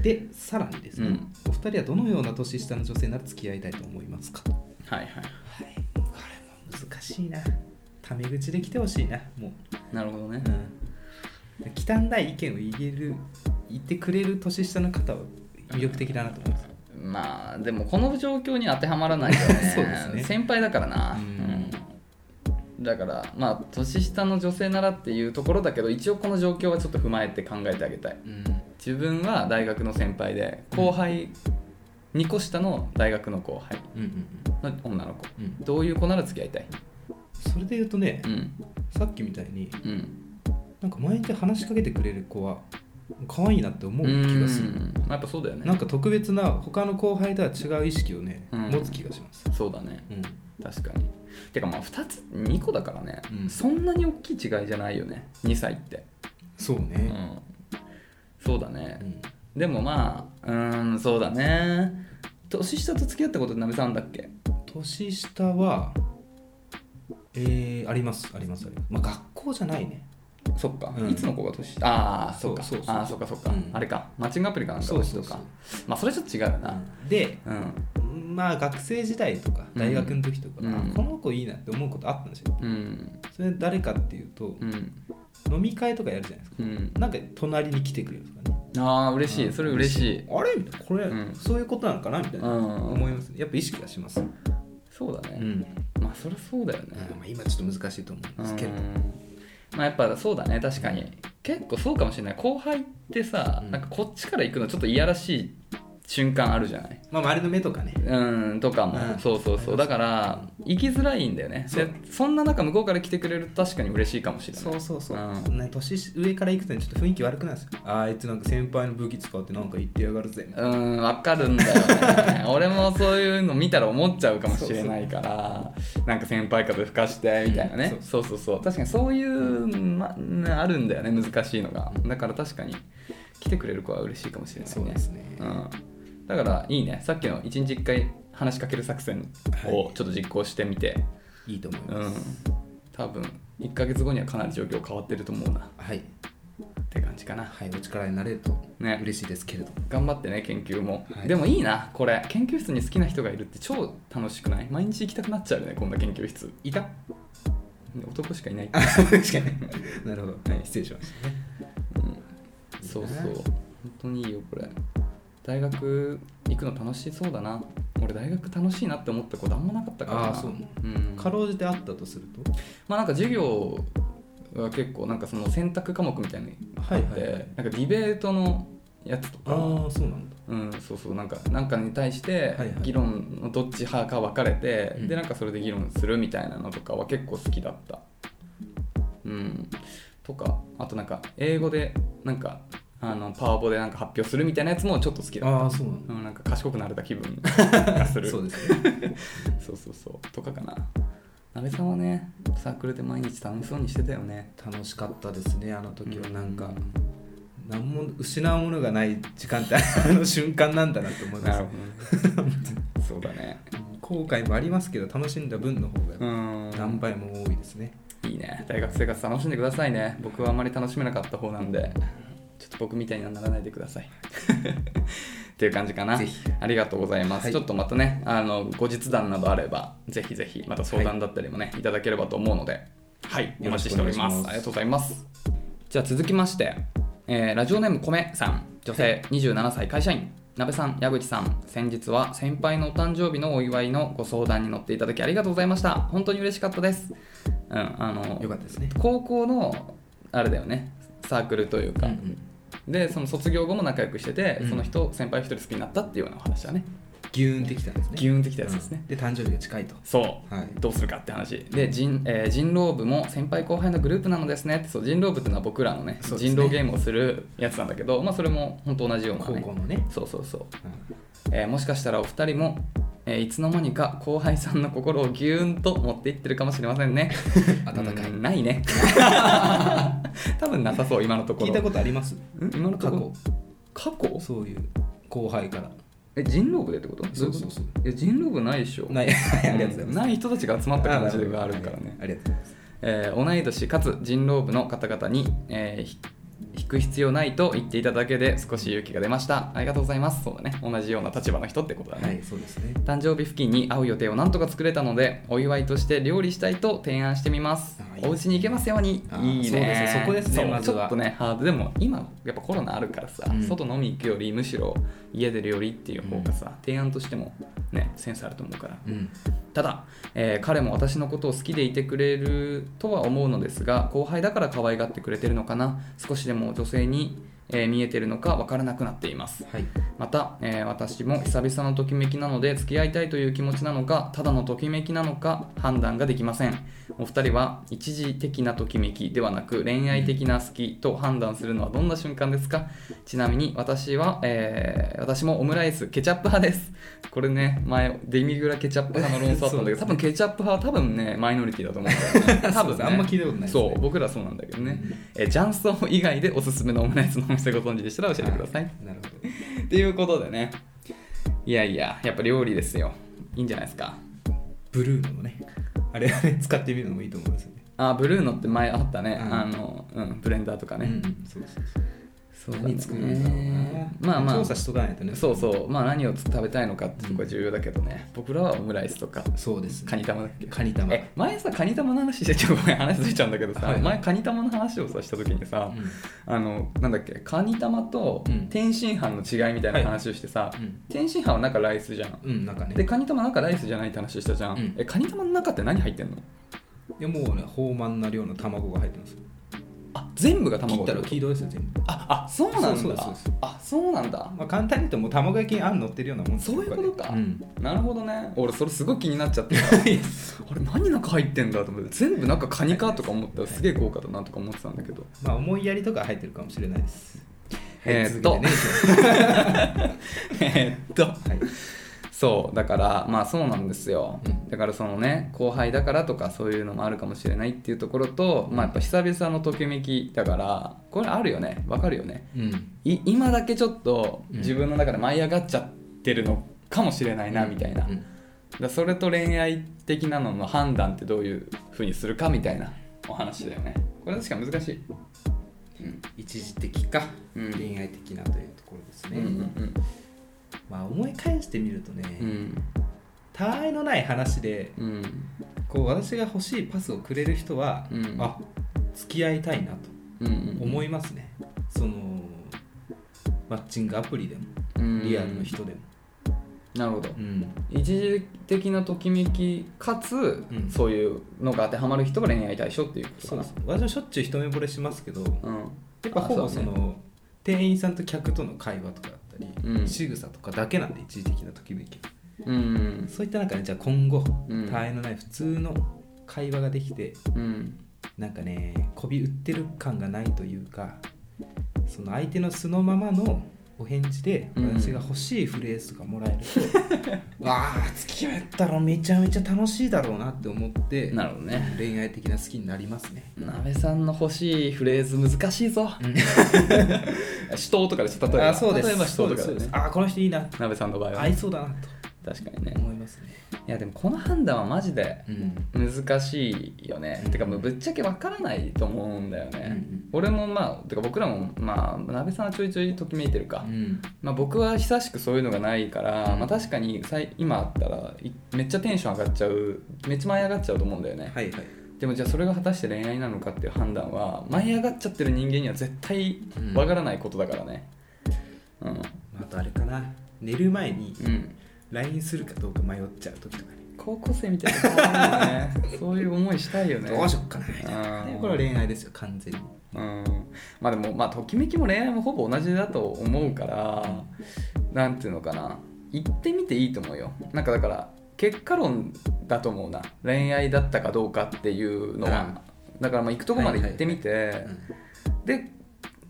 S1: でさらにですね、
S2: うん
S1: お二人はどのような年下の女性なら付き合いたいと思いますかこ
S2: はいはい
S1: れも難しいなタメ口で来てほしいなも
S2: なるほどね
S1: う、うん、汚い意見を言える言ってくれる年下の方は魅力的だなと思います
S2: まあでもこの状況に当てはまらないよね
S1: そうですね
S2: 先輩だからな、
S1: うん
S2: うんだからまあ年下の女性ならっていうところだけど一応この状況はちょっと踏まえて考えてあげたい
S1: うん
S2: 自分は大学の先輩で後輩2個下の大学の後輩
S1: うんうん
S2: の女の子
S1: うんうん
S2: どういう子なら付き合いたい
S1: それで言うとね
S2: うん
S1: さっきみたいに
S2: うん
S1: なんか毎日話しかけてくれる子は可愛いなって思う
S2: う
S1: 気
S2: ん
S1: がする
S2: やっぱそうだよね
S1: なんか特別な他の後輩とは違う意識をね、
S2: うん
S1: 持つ気がします、
S2: そうだね
S1: うん、
S2: 確かにてかまあ2つ2個だからね、
S1: うん
S2: そんなに大きい違いじゃないよね2歳って
S1: そう
S2: う
S1: ね、
S2: んそうだね
S1: うん
S2: でもまあうーんそうだね年下と付き合ったことってなべさんあんだっけ
S1: 年下はえー、ありますありますありますまあ学校じゃないね
S2: そっか、
S1: うん
S2: いつの子が年下ああそっか
S1: そうそうそう
S2: ああそっかそっか、
S1: うん
S2: あれかマッチングアプリかなんか
S1: そうそう
S2: 私とか
S1: そう
S2: まあそれちょっと違うよな
S1: で
S2: うん
S1: まあ学生時代とか
S2: うん
S1: 大学の時とか、
S2: うん
S1: この子いいなって思うことあったんですよ
S2: うん
S1: それ誰かっていうと、
S2: うん
S1: 飲み会とかやるじゃないですか
S2: うん
S1: なんか隣に来てくれるとかね
S2: ああ嬉しいそれ嬉しい
S1: あれみたいなこれ、
S2: うん
S1: そういうことなのかなみたいな、
S2: うん
S1: 思いますねやっぱ意識はします、
S2: そうだ
S1: う
S2: ね、
S1: ん、
S2: ままあそりゃそうだよね、
S1: うんまあ、今ちょっと難しいと思うんですけど
S2: うんまあやっぱそうだね確かに結構そうかもしれない後輩ってさ、
S1: うん
S2: なんかこっちから行くのちょっといやらしい瞬間あるじゃない
S1: まあ周りの目とかね
S2: うんとかも、
S1: うん
S2: そうそうそうだから行きづらいんだよね
S1: そう
S2: でそんな中向こうから来てくれると確かに嬉しいかもしれない
S1: そうそうそう、
S2: うん
S1: そんなに年上から行くとねちょっと雰囲気悪くなるんですよあいつなんか先輩の武器使ってなんか言ってやがるぜみたいな
S2: うんわかるんだよね 俺もそういうの見たら思っちゃうかもしれないからなんか先輩風吹かしてみたいなね、
S1: うん
S2: そうそうそう確かにそういう、ま、あるんだよね難しいのがだから確かに来てくれる子は嬉しいかもしれないね
S1: そうですね
S2: うん、だからいいねさっきの1日1回話しかける作戦をちょっと実行してみて、
S1: いいと思います、
S2: うん多分1ヶ月後にはかなり状況変わってると思うな
S1: はい、
S2: って感じかな
S1: はい、お力になれると
S2: ね
S1: 嬉しいですけれ ど、
S2: 頑張ってね研究も、
S1: はい
S2: でもいいなこれ研究室に好きな人がいるって超楽しくない毎日行きたくなっちゃうよねこんな研究室いた男しかいない、
S1: あ確かになるほど、はい、失礼しまし
S2: うんそうそう本当にいいよこれ大学行くの楽しそうだな俺大学楽しいなって思ったことあんまなかった
S1: た
S2: からな
S1: ああそうなの
S2: うん
S1: かろうじてあったとすると
S2: まあなんか授業は結構なんかその選択科目みたいにあ
S1: は
S2: っ
S1: い
S2: て、
S1: はいはい
S2: なんかディベートのやつとか
S1: ああそうなんだ
S2: うん、そうそうなんかなんかに対して
S1: はいはい
S2: 議論のどっち派か分かれて、
S1: うん
S2: でなんかそれで議論するみたいなのとかは結構好きだったうんとかあとなんか英語でなんかあのパワポでなんか発表するみたいなやつもちょっと好きだっ
S1: ああそうなん
S2: た
S1: だ
S2: うんなんか賢くなれた 気分がする
S1: そうですね
S2: そうそうそうとかかななべさんはねサークルで毎日楽しそうにしてたよね
S1: 楽しかったですねあの時は
S2: う
S1: なんか、何も失うものがない時間ってあの 瞬間なんだなと思いま
S2: な
S1: す
S2: るほどねそうだ ね
S1: 後悔もありますけど楽しんだ分の方
S2: う
S1: が
S2: ん
S1: 何倍も多いですね、
S2: いいね大学生活楽しんでくださいね僕はあまり楽しめなかった方なんでちょっと僕みたいにはならないでください っていう感じかな
S1: ぜひ
S2: ありがとうございます、
S1: はい
S2: ちょっとまたねあの後日談などあればぜひぜひまた相談だったりもね、い、ただければと思うのではいお
S1: よろ
S2: 待
S1: し
S2: ち
S1: く
S2: して
S1: お
S2: お
S1: 願
S2: り
S1: いしま
S2: ますすありがとうございますじゃあ続きまして、えーラジオネーム米さん女性27歳会社員鍋さん矢口さん先日は先輩のお誕生日のお祝いのご相談に乗っていただきありがとうございました本当に嬉しかったですうんあの
S1: よかったですね
S2: 高校のあれだよねサークルというか、でその卒業後も仲良くしてて、
S1: うん
S2: その人先輩一人好きになったっていうようなお話だね
S1: ギューンってきたんですね
S2: ギューンってきたやつですね、
S1: うんで誕生日が近いと
S2: そう
S1: はい
S2: どうするかって話で人,、えー、人狼部も先輩後輩のグループなのですねそう人狼部っていうのは僕らのね
S1: そうですね
S2: 人狼ゲームをするやつなんだけど、まあ、それも本当同じような、
S1: 高
S2: ね、
S1: 校のね、
S2: そうそうそう、
S1: うん
S2: えーもしかしたらお二人も、えーいつの間にか後輩さんの心をギューンと持っていってるかもしれませんね
S1: 温かい
S2: うんな いね多分なさそう今のところ
S1: 聞いたことあります
S2: ん今のと
S1: 過
S2: こ
S1: 去
S2: ろ過去
S1: そういう後輩から
S2: え人狼部でってこと
S1: そうそうそう
S2: え人狼部ないでしょ
S1: ない ありがとうございます
S2: ない人たちが集まった感じがあるからね
S1: ありがとうございます
S2: えー同い年かつ人狼部の方々に、えーひ引く必要ないと言っていただけで少し勇気が出ましたありがとうございますそうだね同じような立場の人ってことだね、
S1: はいそうですね
S2: 誕生日付近に会う予定をなんとか作れたのでお祝いとして料理したいと提案してみます
S1: あいい
S2: お家に行けますように
S1: あ
S2: いいね
S1: そうですねそこですね
S2: そう
S1: まずは
S2: ちょっとねハードでも今やっぱコロナあるからさ、
S1: うん
S2: 外飲み行くよりむしろ家で料理っていう方がさ、提案としてもねセンスあると思うから
S1: うん
S2: ただ、えー彼も私のことを好きでいてくれるとは思うのですが後輩だから可愛がってくれてるのかな少しでも女性に、えー見えてるのか分からなくなっています
S1: はい
S2: また、えー私も久々のときめきなので付き合いたいという気持ちなのかただのときめきなのか判断ができませんお二人は一時的なときめきではなく恋愛的な好きと判断するのはどんな瞬間ですかちなみに私は、えー私もオムライスケチャップ派ですこれね前デミグラケチャップ派の論争あった
S1: そ
S2: んだけど、多
S1: うで
S2: 分ケチャップ派は多分ねマイノリティだと思うん だよね多分、ね、
S1: あんま聞いたことないですね
S2: そう僕らそうなんだけどね、えージャンソン以外でおすすめのオムライスのお店ご存知でしたら教えてください
S1: あなるほど
S2: っていうことでねいやいややっぱ料理ですよいいんじゃないですか
S1: ブルーノのねあれあれ使ってみるのもいいと思いますよね
S2: あブルーノって前あったね、
S1: うん
S2: あの、うん、ブレンダーとかね、
S1: うんうんそうそうそう
S2: そうだね
S1: 何作るんだろうな
S2: まあまあ
S1: 調査しとかないとね
S2: そうそうまあ何を食べたいのかってとこは重要だけどね、僕らはオムライスとか
S1: そうです
S2: カニ玉だっけ
S1: カニ玉
S2: え前さカニ玉の話してちょっとごめん話ずれちゃうんだけどさ、
S1: はい
S2: 前カニ玉の話をさした時にさ、あのなんだっけカニ玉と
S1: うん
S2: 天津飯の違いみたいな話をしてさ、
S1: うん
S2: 天津飯は中ライスじゃん
S1: うん、うん、なんかね
S2: でカニ玉の中ライスじゃないって話したじゃん、
S1: うん
S2: えカニ玉の中って何入ってんの
S1: いやもうね豊満な量の卵が入ってます
S2: あ全部が卵
S1: 切ったら
S2: ってこ
S1: 黄色ですよ全部、
S2: とああそうなんだ
S1: そうそうそうそう
S2: あそうなんだ
S1: まあ、簡単に言うともう卵焼きにあん乗ってるようなもんです
S2: そういうことか、
S1: うん
S2: なるほどね俺それすごい気になっちゃって さあれ何中入ってんだと思って全部中カニかとか思ったらすげえ豪華だなとか思ってたんだ けど
S1: まあ思いやりとか入ってるかもしれないです
S2: えーっと
S1: はい続
S2: えーっと
S1: けてね はい
S2: そうだからまあそうなんですよ、
S1: うん
S2: だからそのね後輩だからとかそういうのもあるかもしれないっていうところと、まあやっぱ久々のときめきだからこれあるよねわかるよね
S1: うん
S2: い今だけちょっと
S1: うん
S2: 自分の中で舞い上がっちゃってるのかもしれないなみたいな、
S1: うん
S2: だからそれと恋愛的なのの判断ってどういうふうにするかみたいなお話だよねこれ確かに難しい、うん
S1: 一時的か、
S2: うん
S1: 恋愛的なというところです
S2: うん
S1: ね、まあ思い返してみるとね、
S2: うんうん
S1: たわいのない話で
S2: うん
S1: こう私が欲しいパスをくれる人は、
S2: うん
S1: あ付き合いたいなと
S2: うん
S1: 思いますね、そのマッチングアプリでも
S2: うん
S1: リアルの人でも、
S2: なるほど
S1: うん
S2: 一時的なときめきかつ、
S1: ん
S2: そういうのが当てはまる人が恋愛対象っていうことか
S1: そう
S2: な
S1: です私はしょっちゅう一目惚れしますけどや
S2: うん
S1: っぱほぼ
S2: あそ
S1: そう
S2: ね
S1: の店員さんと客との会話とかだったり、
S2: うん
S1: 仕草とかだけなんで一時的なときめき
S2: うん
S1: そういった中でじゃあ今後
S2: うん
S1: たわいのない普通の会話ができて
S2: うん
S1: なんかねこび売ってる感がないというかその相手の素のままのお返事で
S2: うん
S1: 私が欲しいフレーズとかもらえる と、わあ付き合ったらめちゃめちゃ楽しいだろうなって思って
S2: なるほどね
S1: 恋愛的な好きになりますね
S2: 鍋さんの欲しいフレーズ難しいぞ 死闘とかでしょ例えば
S1: あそうです
S2: 例えば死
S1: そう
S2: 闘
S1: で
S2: と
S1: す
S2: か
S1: そう
S2: で
S1: です
S2: ね
S1: あこの人いいな
S2: 鍋さんの場合は
S1: 合いそうだな
S2: 確かにね
S1: と思いますね
S2: いやでもこの判断はマジで
S1: うん
S2: 難しいよね、
S1: うん
S2: てかもうぶっちゃけわからないと思うんだよね、
S1: うんうん
S2: 俺もまあてか僕らもまあなべさんはちょいちょいときめいてるか、
S1: うん
S2: まあ、僕は久しくそういうのがないから、まあ、確かにさい今あったらいめっちゃテンション上がっちゃうめっちゃ舞い上がっちゃうと思うんだよね、
S1: はいはい
S2: でもじゃあそれが果たして恋愛なのかっていう判断は舞い上がっちゃってる人間には絶対わからないことだからねうん
S1: あとあれかな寝る前に
S2: うん、
S1: LINE するかどうか迷っちゃう時とかね
S2: 高校生みたいなことある よねそういう思いしたいよね
S1: どうしよっかなみたいな
S2: あー
S1: でこれは恋愛ですよ完全に
S2: うんまあでもまあときめきも恋愛もほぼ同じだと思うからなんていうのかな行ってみていいと思うよなんかだから結果論だと思うな恋愛だったかどうかっていうのはだからまあ行くとこまで行ってみてで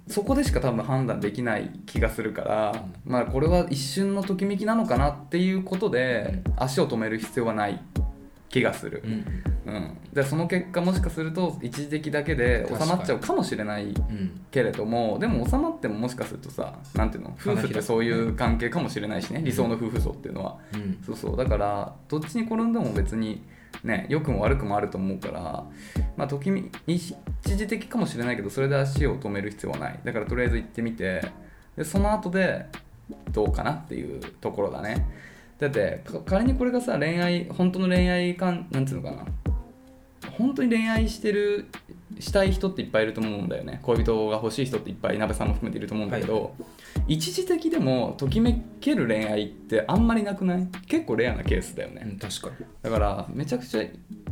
S2: そこでしか多分判断できない気がするから、まあこれは一瞬のときめきなのかなっていうことで足を止める必要はない気がする
S1: う、ん
S2: うん、でその結果もしかすると一時的だけで収まっちゃうかもしれない
S1: うん
S2: けれどもでも収まってももしかするとさなんていうの夫婦ってそういう関係かもしれないしね理想の夫婦像っていうのは
S1: うん
S2: そうそうだからどっちに転んでも別にね良くも悪くもあると思うからまあときみ一時的かもしれないけどそれで足を止める必要はないだからとりあえず行ってみてでその後でどうかなっていうところだねだってか仮にこれがさ恋愛本当の恋愛感なんていうのかな本当に恋愛してるしたい人っていっぱいいると思うんだよね恋人が欲しい人っていっぱい鍋さんも含めていると思うんだけど、一時的でもときめける恋愛ってあんまりなくない結構レアなケースだよね、
S1: うん確かに
S2: だからめちゃくちゃ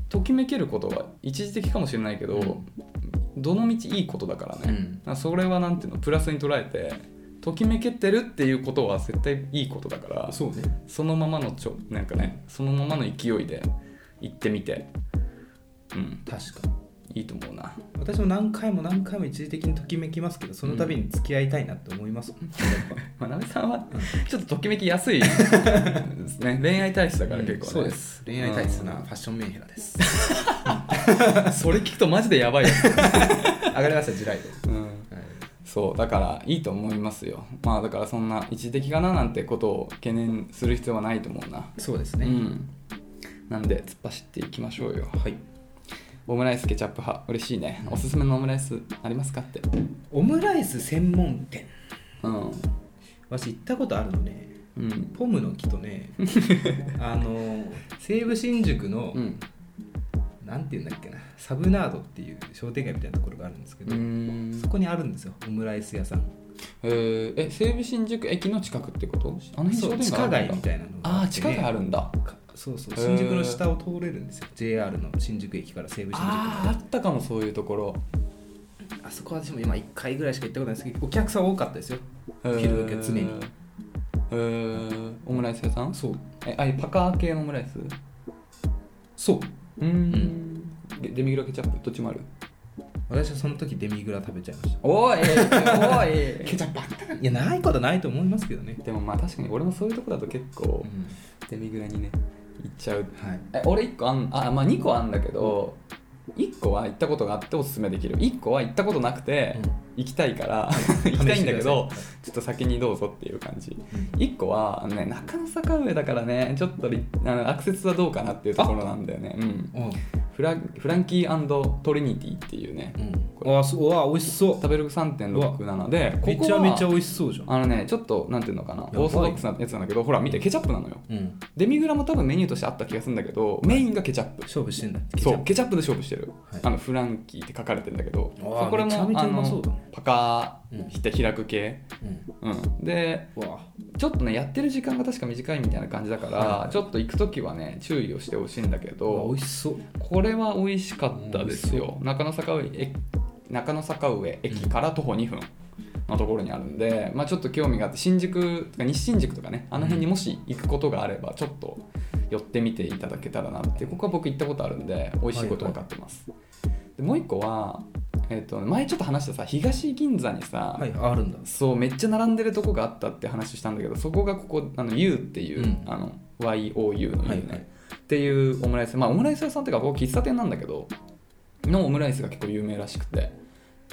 S2: ときめけることは一時的かもしれないけど、
S1: うん
S2: どの道いいことだからね、
S1: うん
S2: だからそれはなんていうのプラスに捉えてときめけてるっていうことは絶対いいことだから
S1: そうね
S2: そのままのちょなんかねそのままの勢いで行ってみてうん
S1: 確かに
S2: いいと思うな
S1: 私も何回も何回も一時的にときめきますけどその度に付き合いたいなって思いますもん、
S2: まあ、なべさんはちょっとときめきやすいです ね恋愛体質だから結構、ね
S1: そうです恋愛体質なファッションメンヘラです
S2: それ聞くとマジでやばいやつ、
S1: 上がりました地雷で、
S2: うん
S1: はい、
S2: そうだからいいと思いますよまあだからそんな一時的かななんてことを懸念する必要はないと思うな
S1: そうです
S2: う
S1: ね、
S2: んなんで突っ走っていきましょうよ
S1: はい
S2: オムライスケチャップ派嬉しいねおすすめのオムライスありますかって
S1: オムライス専門店
S2: うん
S1: わし行ったことあるのね
S2: うん
S1: ポムの木と ねあの西武新宿の、
S2: うん
S1: なんていうんだっけなサブナードっていう商店街みたいなところがあるんですけ
S2: う
S1: ど、
S2: ん
S1: そこにあるんですよオムライス屋さん
S2: えーえ西武新宿駅の近くってことあの辺
S1: そう地
S2: 商
S1: 下
S2: 店
S1: 街
S2: ある
S1: み
S2: んだ
S1: たいなのっ
S2: あー
S1: て
S2: 地
S1: ね
S2: 下街あるんだ
S1: かそうそう
S2: へー
S1: 新宿の下を通れるんですよ JR の新宿駅から西武新宿
S2: あああったかもそういうところ
S1: あそこは私も今1回ぐらいしか行ったことないんですけどお客さん多かったですよ昼時は常に
S2: えーオムライス屋さん
S1: そう
S2: えあパカー系のオムライス
S1: そう
S2: うんんデデミグラケチャップどっちもある
S1: 私はその時デミグラ食べちゃいまし
S2: おい お
S1: たケチャップあったかないやないことはないと思いますけどね
S2: でもまあ確かに俺もそういうとこだと結構
S1: うん
S2: デミグラにね行っちゃう
S1: はい
S2: え俺1個あんあまあ2個あんだけど1個は行ったことがあっておすすめできる1個は行ったことなくて
S1: うん
S2: 行きたいから行きたいんだけど
S1: 試して
S2: ちょっと先にどうぞっていう感じ
S1: うん
S2: 1個はあのね中野坂上だからねちょっとりあのアクセスはどうかなっていうところなんだよねうん
S1: うん
S2: フラフランキートリニティっていうね
S1: うんあそううわ美味しそう
S2: 食べログ3.67でこ
S1: め
S2: こ
S1: ちゃ
S2: は
S1: めちゃ美味しそうじゃん
S2: あのねちょっとなんていうのかなオ
S1: ばい
S2: ーソドックスなやつなんだけどほら見てケチャップなのよ
S1: うん
S2: デミグラも多分メニューとしてあった気がするんだけどメインがケチャップ
S1: 勝負してんだ
S2: そうケチャップで勝負してる、
S1: はい
S2: あのフランキーって書かれてるんだけど
S1: うわ
S2: これも
S1: めちゃめちゃ
S2: あ
S1: うまそう
S2: の
S1: だね
S2: パカ
S1: うん
S2: ーして開く系、
S1: うん
S2: うん、で
S1: うわ
S2: ちょっとねやってる時間が確か短いみたいな感じだから、
S1: は
S2: ちょっと行く時はね注意をしてほしいんだけ
S1: うわ
S2: ど
S1: 美味しそう
S2: これは美味しかったです
S1: 美味
S2: よ中野坂上駅中野坂上駅から徒歩2分のところにあるんで、まあ、ちょっと興味があって新宿とか西新宿とかねあの辺にもし行くことがあればちょっと寄ってみていただけたらなってここは僕行ったことあるんで美味しいこと分かってます、でもう一個は、えっと前ちょっと話したさ東銀座にさ、
S1: はいあるんだ
S2: そうめっちゃ並んでるとこがあったって話したんだけどそこがここあの U っていう、
S1: うん
S2: あの YOU の U ね、
S1: はいはい
S2: っていうオムライスまあオムライス屋さんっていうかここ喫茶店なんだけどのオムライスが結構有名らしくて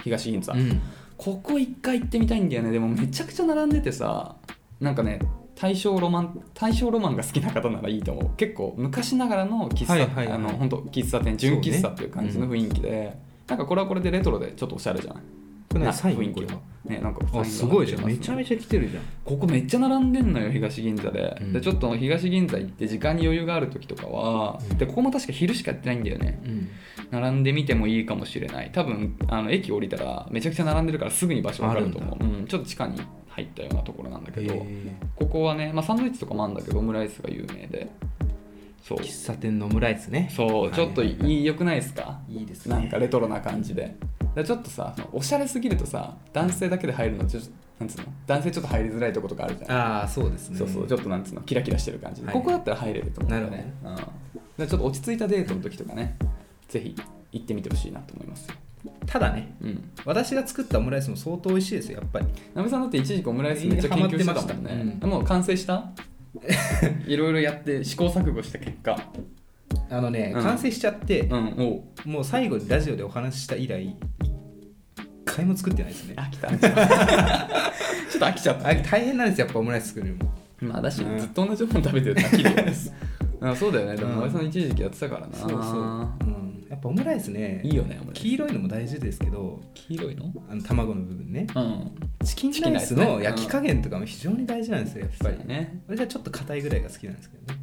S2: 東銀座、
S1: うん
S2: ここ一回行ってみたいんだよねでもめちゃくちゃ並んでてさなんかね大正ロマン大正ロマンが好きな方ならいいと思う結構昔ながらの喫茶、
S1: はいはいはい
S2: あの本当喫茶店純喫茶っていう感じの雰囲気で、なんかこれはこれでレトロでちょっとおしゃれじゃない
S1: これ
S2: な
S1: ねサイ
S2: 雰
S1: ン
S2: 囲
S1: こ
S2: 気
S1: れ
S2: が
S1: は
S2: ねなんか
S1: あすごいじゃんめちゃ
S2: ちゃ
S1: めちゃ来てるじゃん
S2: ここめっちゃ並んでんのよ東銀座で,、
S1: うん
S2: でちょっと東銀座行って時間に余裕がある時とかは、
S1: うん
S2: でここも確か昼しかやってないんだよね
S1: うん
S2: 並んでみてもいいかもしれない多分あの駅降りたらめちゃくちゃ並んでるからすぐに場所分かると思う、うん、ちょっと地下に入ったようなところなんだけど、ここはね、まあ、サンドイッチとかもあるんだけどオムライスが有名でそう
S1: 喫茶店のオムライスね
S2: そうちょっと
S1: はいはいはい
S2: いい良くないですか
S1: いいですね
S2: なんかレトロな感じででちょっとさおしゃれすぎるとさ男性だけで入るのちょっとなんつうの男性ちょっと入りづらいとことかあるじゃん
S1: ああそうですね
S2: そうそうちょっとなんつうのキラキラしてる感じで、
S1: はい
S2: ここだったら入れると思うんだよね、うん、だからちょっと落ち着いたデートの時とかねぜひ行ってみてほしいなと思いますよ
S1: ただね
S2: うん
S1: 私が作ったオムライスも相当美味しいですよやっぱり
S2: ナベさんだって一時期オムライスめっちゃ研究してた
S1: ハマ
S2: もん
S1: ってま
S2: ね
S1: し、た
S2: もう完成した いろいろやって試行錯誤した結果
S1: あのね
S2: うん
S1: 完成しちゃって
S2: うんおう
S1: もう最後にラジオでお話しした以来一回も作ってないですね
S2: 飽きた ちょっと飽きちゃった
S1: あ大変なんですよやっぱオムライス作るのも
S2: まあだし、
S1: うん
S2: ずっと同じもの食べてると飽きるよね あそうだよねでも
S1: うん
S2: ナベさん一時期やってたからな
S1: そうそう、うん、やっぱオムライスね
S2: いいよねオムライス
S1: 黄色いのも大事ですけど
S2: 黄色いの
S1: あの卵の部分ね
S2: うん
S1: チキンライスの焼き加減とかも非常に大事なんですよやっぱりね
S2: ね
S1: 私はちょっと硬いぐらいが好きなんですけどね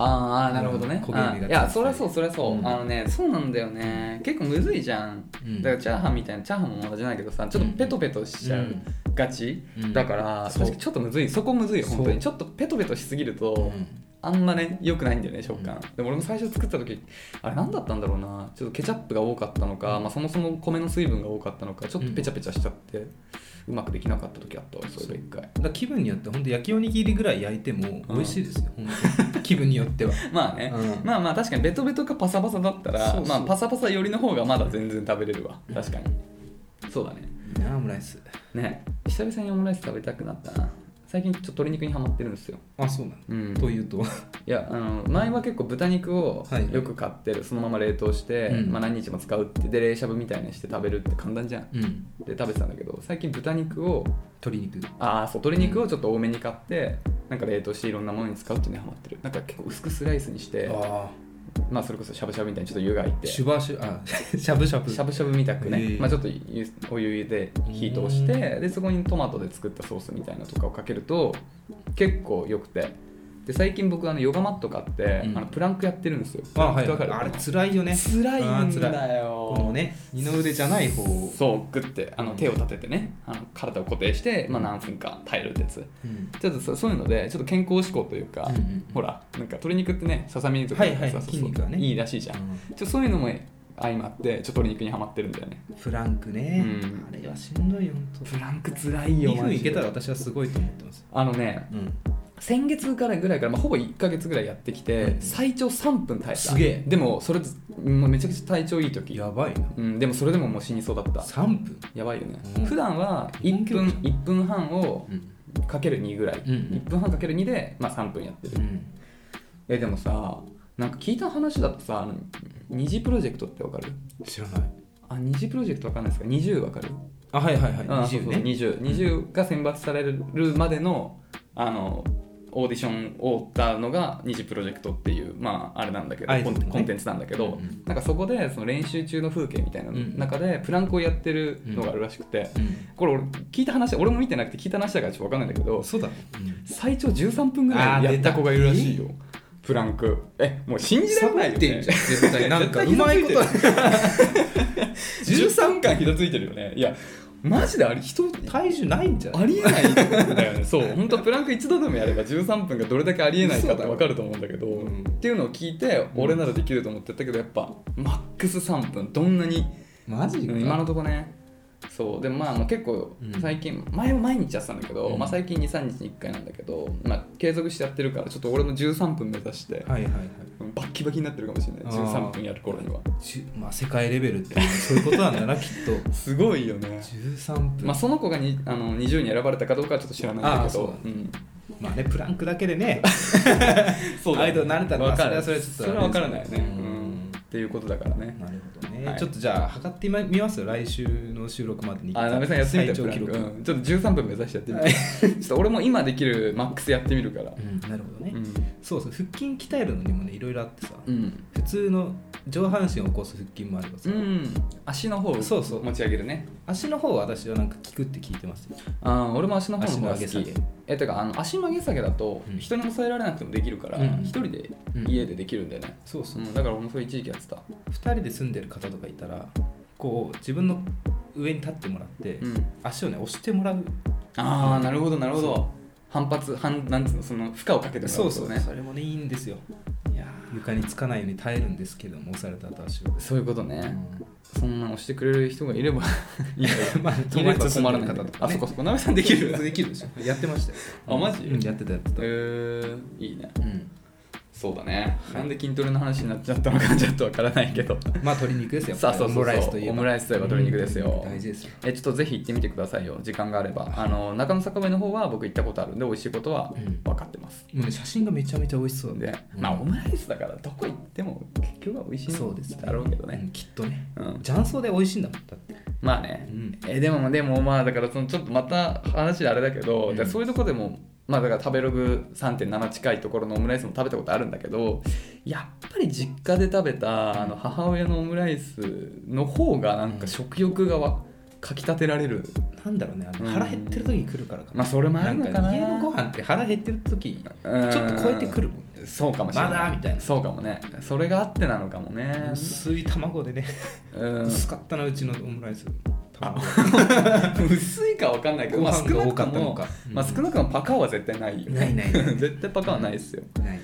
S2: ああなるほどね、
S1: うん
S2: あ
S1: 焦げ目がついて
S2: いやそりゃそうそりゃそう、
S1: うん
S2: あのねそうなんだよね結構むずいじゃん、
S1: うん
S2: だからチャーハンみたいなチャーハンも同じなんだけどさちょっとペトペトしちゃうがち、
S1: うん
S2: だから
S1: そう
S2: 確かにちょっとむずいそこむずいよ本当
S1: そう
S2: にちょっとペトペトしすぎると、
S1: うん
S2: あんまね良くないんだよね食感、でも俺も最初作った時あれ何だったんだろうなちょっとケチャップが多かったのか、まあ、そもそも米の水分が多かったのかちょっとペチャペチャしちゃって、うまくできなかった時あったわそういえば一回
S1: だから気分によって本当焼きおにぎりぐらい焼いても美味しいですよ、本 当に気分によっては
S2: まあね、
S1: うん
S2: まあまあ確かにベトベトかパサパサだったら
S1: そうそう
S2: まあパサパサ寄りの方がまだ全然食べれるわ確かに、そうだね
S1: いいなオムライス
S2: ね久々にオムライス食べたくなったな最近ちょっと鶏肉にハマってるんですよ
S1: あそうなの、
S2: うん
S1: というと
S2: いやあの前は結構豚肉を
S1: はい
S2: よく買ってるそのまま冷凍して、
S1: うん
S2: まあ、何日も使うってで冷しゃぶみたいにして食べるって簡単じゃん
S1: うん
S2: で食べてたんだけど最近豚肉を
S1: 鶏肉
S2: ああそう鶏肉をちょっと多めに買ってなんか冷凍していろんなものに使うっていうのにハマってるなんか結構薄くスライスにして
S1: あ
S2: まあそれこそしゃぶしゃぶみたいにちょっと湯がいて
S1: シ
S2: し
S1: ュバシュあ しゃぶしゃぶ
S2: ゃぶしゃぶみたくね、
S1: へえ
S2: まあ、ちょっとゆお湯で火通してでそこにトマトで作ったソースみたいなのとかをかけると結構よくてで最近僕あのヨガマット買って、
S1: うん
S2: あのプランクやってるんですよ
S1: あ、はい、
S2: プランクってわ
S1: あ
S2: か
S1: れ
S2: る
S1: 辛いよね
S2: 辛いん
S1: あー辛
S2: だ
S1: こ
S2: よ
S1: のね二の腕じゃない方を
S2: そうグッてあの
S1: うん
S2: 手を立ててねあの体を固定して、まあ、何分か耐えるってやつ
S1: うん
S2: ちょっとそそういうのでちょっと健康志向というか、
S1: うんうんうん
S2: ほらなんか鶏肉ってねささみとか
S1: はいはい
S2: さそうそう
S1: 筋肉がね
S2: いいらしいじゃん、ちょそういうのも相まってちょっと鶏肉にはまってるんだよね
S1: フランクね、
S2: うん
S1: あれはしんどいよ本
S2: フランクつらい
S1: 当。
S2: よ
S1: 2分いけたら
S2: マジで
S1: 私はすごいと思ってます
S2: あのね
S1: うん
S2: 先月からぐらいから、まあ、ほぼ1か月ぐらいやってきて、
S1: うん
S2: 最長3分耐えた
S1: すげえ
S2: でもそれもうめちゃくちゃ体調いい時、
S1: やばいな
S2: うん、でもそれでももう死にそうだった
S1: 3分
S2: やばいよね、
S1: うん
S2: 普段は1分1分半を
S1: うん
S2: かける2ぐらい、
S1: うん
S2: 1分半かける2で、まあ、3分やって
S1: う
S2: る
S1: ん
S2: えでもさなんか聞いた話だとさあの二次プロジェクトってわかる
S1: 知らない
S2: あ二次プロジェクトわかんないですか20わかる
S1: あはいはいはい
S2: あそう
S1: 20
S2: そう
S1: ね
S2: 20 20が選抜されるまでのあのオーディションを追ったのが二次プロジェクトっていうまああれなんだけど、
S1: アイドル
S2: コ
S1: の
S2: ン
S1: ね
S2: コンテンツなんだけど、
S1: うんうん
S2: なんかそこでその練習中の風景みたいなの
S1: うん
S2: 中でプランクをやってるのがあるらしくて、
S1: うん
S2: これ俺聞いた話俺も見てなくて聞いた話だからちょっとわかんないんだけど
S1: そうだ、
S2: 最長13分ぐらいやった子がいるらしいよプランクえもう信じられないよ、ね、
S1: ってんじゃん絶対なんかうまいこと
S2: 13巻ひどついてるよねいやマジであれ人
S1: 体重ないんじゃない
S2: ありえないん だよねそう本当プランク一度でもやれば13分がどれだけありえないかって分かると思うんだけど
S1: ん
S2: っていうのを聞いて俺ならできると思ってたけどやっぱマックス3分どんなに
S1: マジ
S2: うん今のとこねそうでもまあもう結構
S1: うん
S2: 最近、前は毎日やってたんだけど、
S1: うん
S2: まあ、最近23日に1回なんだけど、まあ、継続してやってるからちょっと俺も13分目指して、
S1: はいはいはい
S2: うんバッキバキになってるかもしれない
S1: あー
S2: 13分やる頃には
S1: じゅまあ世界レベルってそういうことなん だなきっと
S2: すごいよね、
S1: 13分
S2: まあ、その子がにあの20に選ばれたかどうかはちょっと知らないんだ
S1: あー
S2: け
S1: そう
S2: ど
S1: だまあねプランクだけでね
S2: そうだ
S1: アイドルになれたらまあ
S2: わかる
S1: それはそれはち
S2: そ
S1: ょっとあれですけど
S2: れは分からないよね、うん
S1: うん
S2: っていうことだからね
S1: なるほどね、
S2: はい
S1: ちょっとじゃあ測ってみますよ来週の収録までに
S2: あ、なべさんやってみた
S1: 最長
S2: よ
S1: 記録、
S2: プランクうんちょっと13分目指してやってみて ちょっと俺も今できるマックスやってみるから、
S1: うんなるほどね、
S2: うん
S1: そうそう腹筋鍛えるのにもねいろいろあってさ、
S2: うん、
S1: 普通の上半身を起こす腹筋もあればさ、
S2: うん、足の方を
S1: そうそう
S2: 持ち上げるね
S1: 足の方は私はなんか効くって聞いてますよ
S2: あー俺も足の方の
S1: 足
S2: 方
S1: の
S2: が
S1: 上
S2: 好
S1: げ下
S2: き
S1: げ
S2: えてかあの足曲げ下げだと
S1: うん
S2: 人に抑えられなくてもできるから
S1: うん
S2: 一、人で
S1: うん
S2: 家でできるんだよね、
S1: そうそううん
S2: だから俺もそれ一時期やってた、
S1: 2人で住んでる方とかいたらこう自分の上に立ってもらって、
S2: うん、
S1: 足をね押してもらう
S2: ああなるほどなるほど反発反なんつうのその負荷をかけてもらう
S1: そうそう
S2: ね
S1: それもねいいんですよ
S2: いや
S1: 床につかないように耐えるんですけども押された後足を、
S2: ーそういうこと
S1: う
S2: ね、
S1: ん
S2: そんな押してくれる人がいればいいよ
S1: まあ
S2: いれば困らない
S1: 方とか、
S2: 方とか、
S1: ね、
S2: あそこそこなべさんできる
S1: できるでしょやってましたよ
S2: あマジ
S1: うんやってたやってた、
S2: えー、いいね
S1: うん
S2: そうだね、
S1: はい
S2: なんで筋トレの話になっちゃったのかちょっとわからないけど
S1: まあ鶏肉ですよ
S2: さあそうそ
S1: オム
S2: うそう
S1: ライスといえば
S2: オムライスといえば鶏肉ですよ
S1: 大事ですよ
S2: えちょっとぜひ行ってみてくださいよ時間があれば、あの中野坂上の方は僕行ったことあるんで美味しいことは
S1: うん
S2: 分かってます、
S1: もうね写真がめちゃめちゃ美味しそう
S2: で
S1: だね、
S2: まあオムライスだからどこ行っても結局は美味しい
S1: そうんですね
S2: だろうけど
S1: う
S2: ね
S1: んきっとね
S2: うん、
S1: 雀荘で美味しいんだもんだって
S2: まあね、
S1: うん
S2: えでもでもまあだからそのちょっとまた話あれだけど、
S1: うん
S2: だからそういうとこでもまあだから食べログ3.7近いところのオムライスも食べたことあるんだけどやっぱり実家で食べたあの母親のオムライスの方がなんか食欲がわかきたてられる
S1: なんだろうねあの
S2: うん
S1: 腹減ってる時に来るからかな
S2: まあそれもあ
S1: な
S2: る
S1: ん
S2: の
S1: か
S2: かな
S1: ね家のご飯って腹減ってる時
S2: うん
S1: ちょっと超えてくるもんね
S2: そうかもしれない
S1: まだみたいな
S2: そうかもねそれがあってなのかもね
S1: 薄い卵でね、
S2: うん
S1: 薄かったなうちのオムライス卵
S2: 薄いかわかんないけど、まあ、少
S1: ご飯が
S2: な
S1: 多
S2: く
S1: か
S2: と
S1: ったの
S2: も
S1: か
S2: まあ、
S1: うん
S2: 少なくともパカは絶対ないよ
S1: ないないない
S2: 絶対パカはないですよ
S1: ないね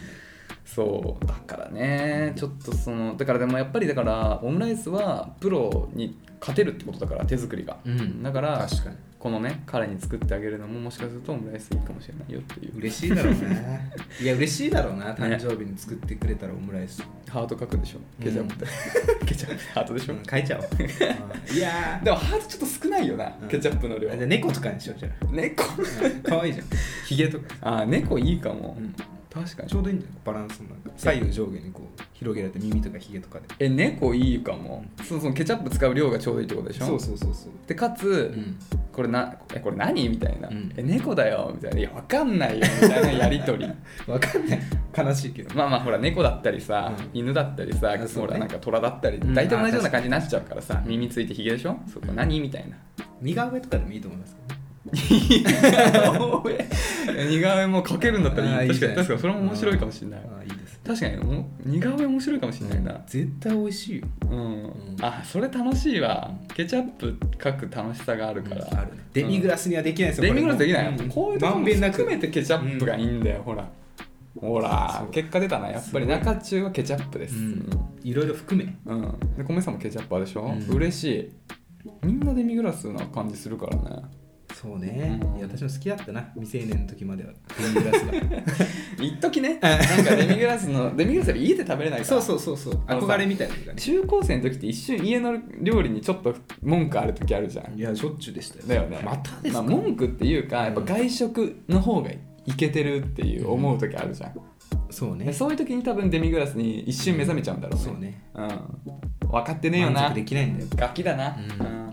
S2: そうだからねちょっとそのだからでもやっぱりだからオムライスはプロに勝てるってことだから手作りが、
S1: うん
S2: だから
S1: 確かに
S2: このね彼に作ってあげるのももしかするとオムライスいいかもしれないよっていう
S1: 嬉しいだろう ねいや嬉しいだろうな誕生日に作ってくれたらオムライス、
S2: ハート書くでしょケチャップで、ケチャップでハートでし
S1: う
S2: ょ、
S1: ん、書いちゃおううんいや
S2: でもハートちょっと少ないよな、
S1: うん
S2: ケチャップの量
S1: ーじゃあ猫とかにしよう じゃ
S2: 猫
S1: あかわいいじゃんひげとか、
S2: あー猫いいかも、
S1: うん
S2: 確かに
S1: ちょうどいいんじゃないバランスもなんか左右上下にこう広げられて耳とかひげとかで
S2: え猫いいかもそうそうケチャップ使う量がちょうどいいってことでしょ
S1: そうそうそうそう
S2: でかつ、
S1: うん
S2: これなえこれ何みたいな、
S1: うん
S2: え猫だよみたいないやわかんないよみたいなやり 取り
S1: わかんない悲しいけど
S2: まあまあほら猫だったりさ、
S1: う
S2: 犬だったりさ、
S1: あそう
S2: ほ
S1: ね
S2: らなんか虎だったり、
S1: うん
S2: 大体同じよう
S1: あ
S2: な感じになっちゃうからさ耳ついてひげでしょそこ何みた いな
S1: 似顔絵とかでもいいと思いますけどね
S2: 似顔絵もかけるんだった
S1: あ
S2: ら
S1: ー
S2: いい
S1: いい
S2: 確
S1: じ
S2: か
S1: ゃない
S2: に確かにそれも面白いかもしれない
S1: ああいいです
S2: 確かにも似顔絵面白いかもしれないな、
S1: 絶対美味しいよ
S2: うん
S1: ん
S2: あそれ楽しいわケチャップ書く楽しさがあるから、
S1: あるねデミグラスにはできないですよ
S2: デミグラスできない
S1: これ
S2: の
S1: も
S2: こういうとこ
S1: まん
S2: も
S1: べんなく
S2: 含めてケチャップがいいんだよ、ほらほ
S1: そ
S2: ら
S1: う
S2: 結果出たなやっぱり
S1: すごい
S2: 中中はケチャップです
S1: う
S2: うんん、
S1: いろいろ含め
S2: で米さんもケチャッパーでしょ、
S1: うん
S2: 嬉しいみんなデミグラスな感じするからね
S1: そうね
S2: うん
S1: いや私も好きだったな未成年の時まではデミグラス が
S2: 一時ねなんかデミグラス のデミグラスは家で食べれないから
S1: そうそうそうそう
S2: あのさ
S1: 憧れみたいなのがね
S2: 中高生の時って一瞬家の料理にちょっと文句ある時あるじゃん
S1: いやしょっちゅうでしたよ
S2: だよね
S1: またです
S2: まあ、
S1: か
S2: 文句っていうかやっぱ外食の方がいけてるっていう思う時あるじゃん、
S1: そう
S2: で
S1: ね
S2: そういう時に多分デミグラスに一瞬目覚めちゃうんだろうね
S1: そうね
S2: うん、分かってねえよ
S1: 満
S2: な
S1: 足できないんだよ
S2: ガキだな、
S1: うん
S2: うん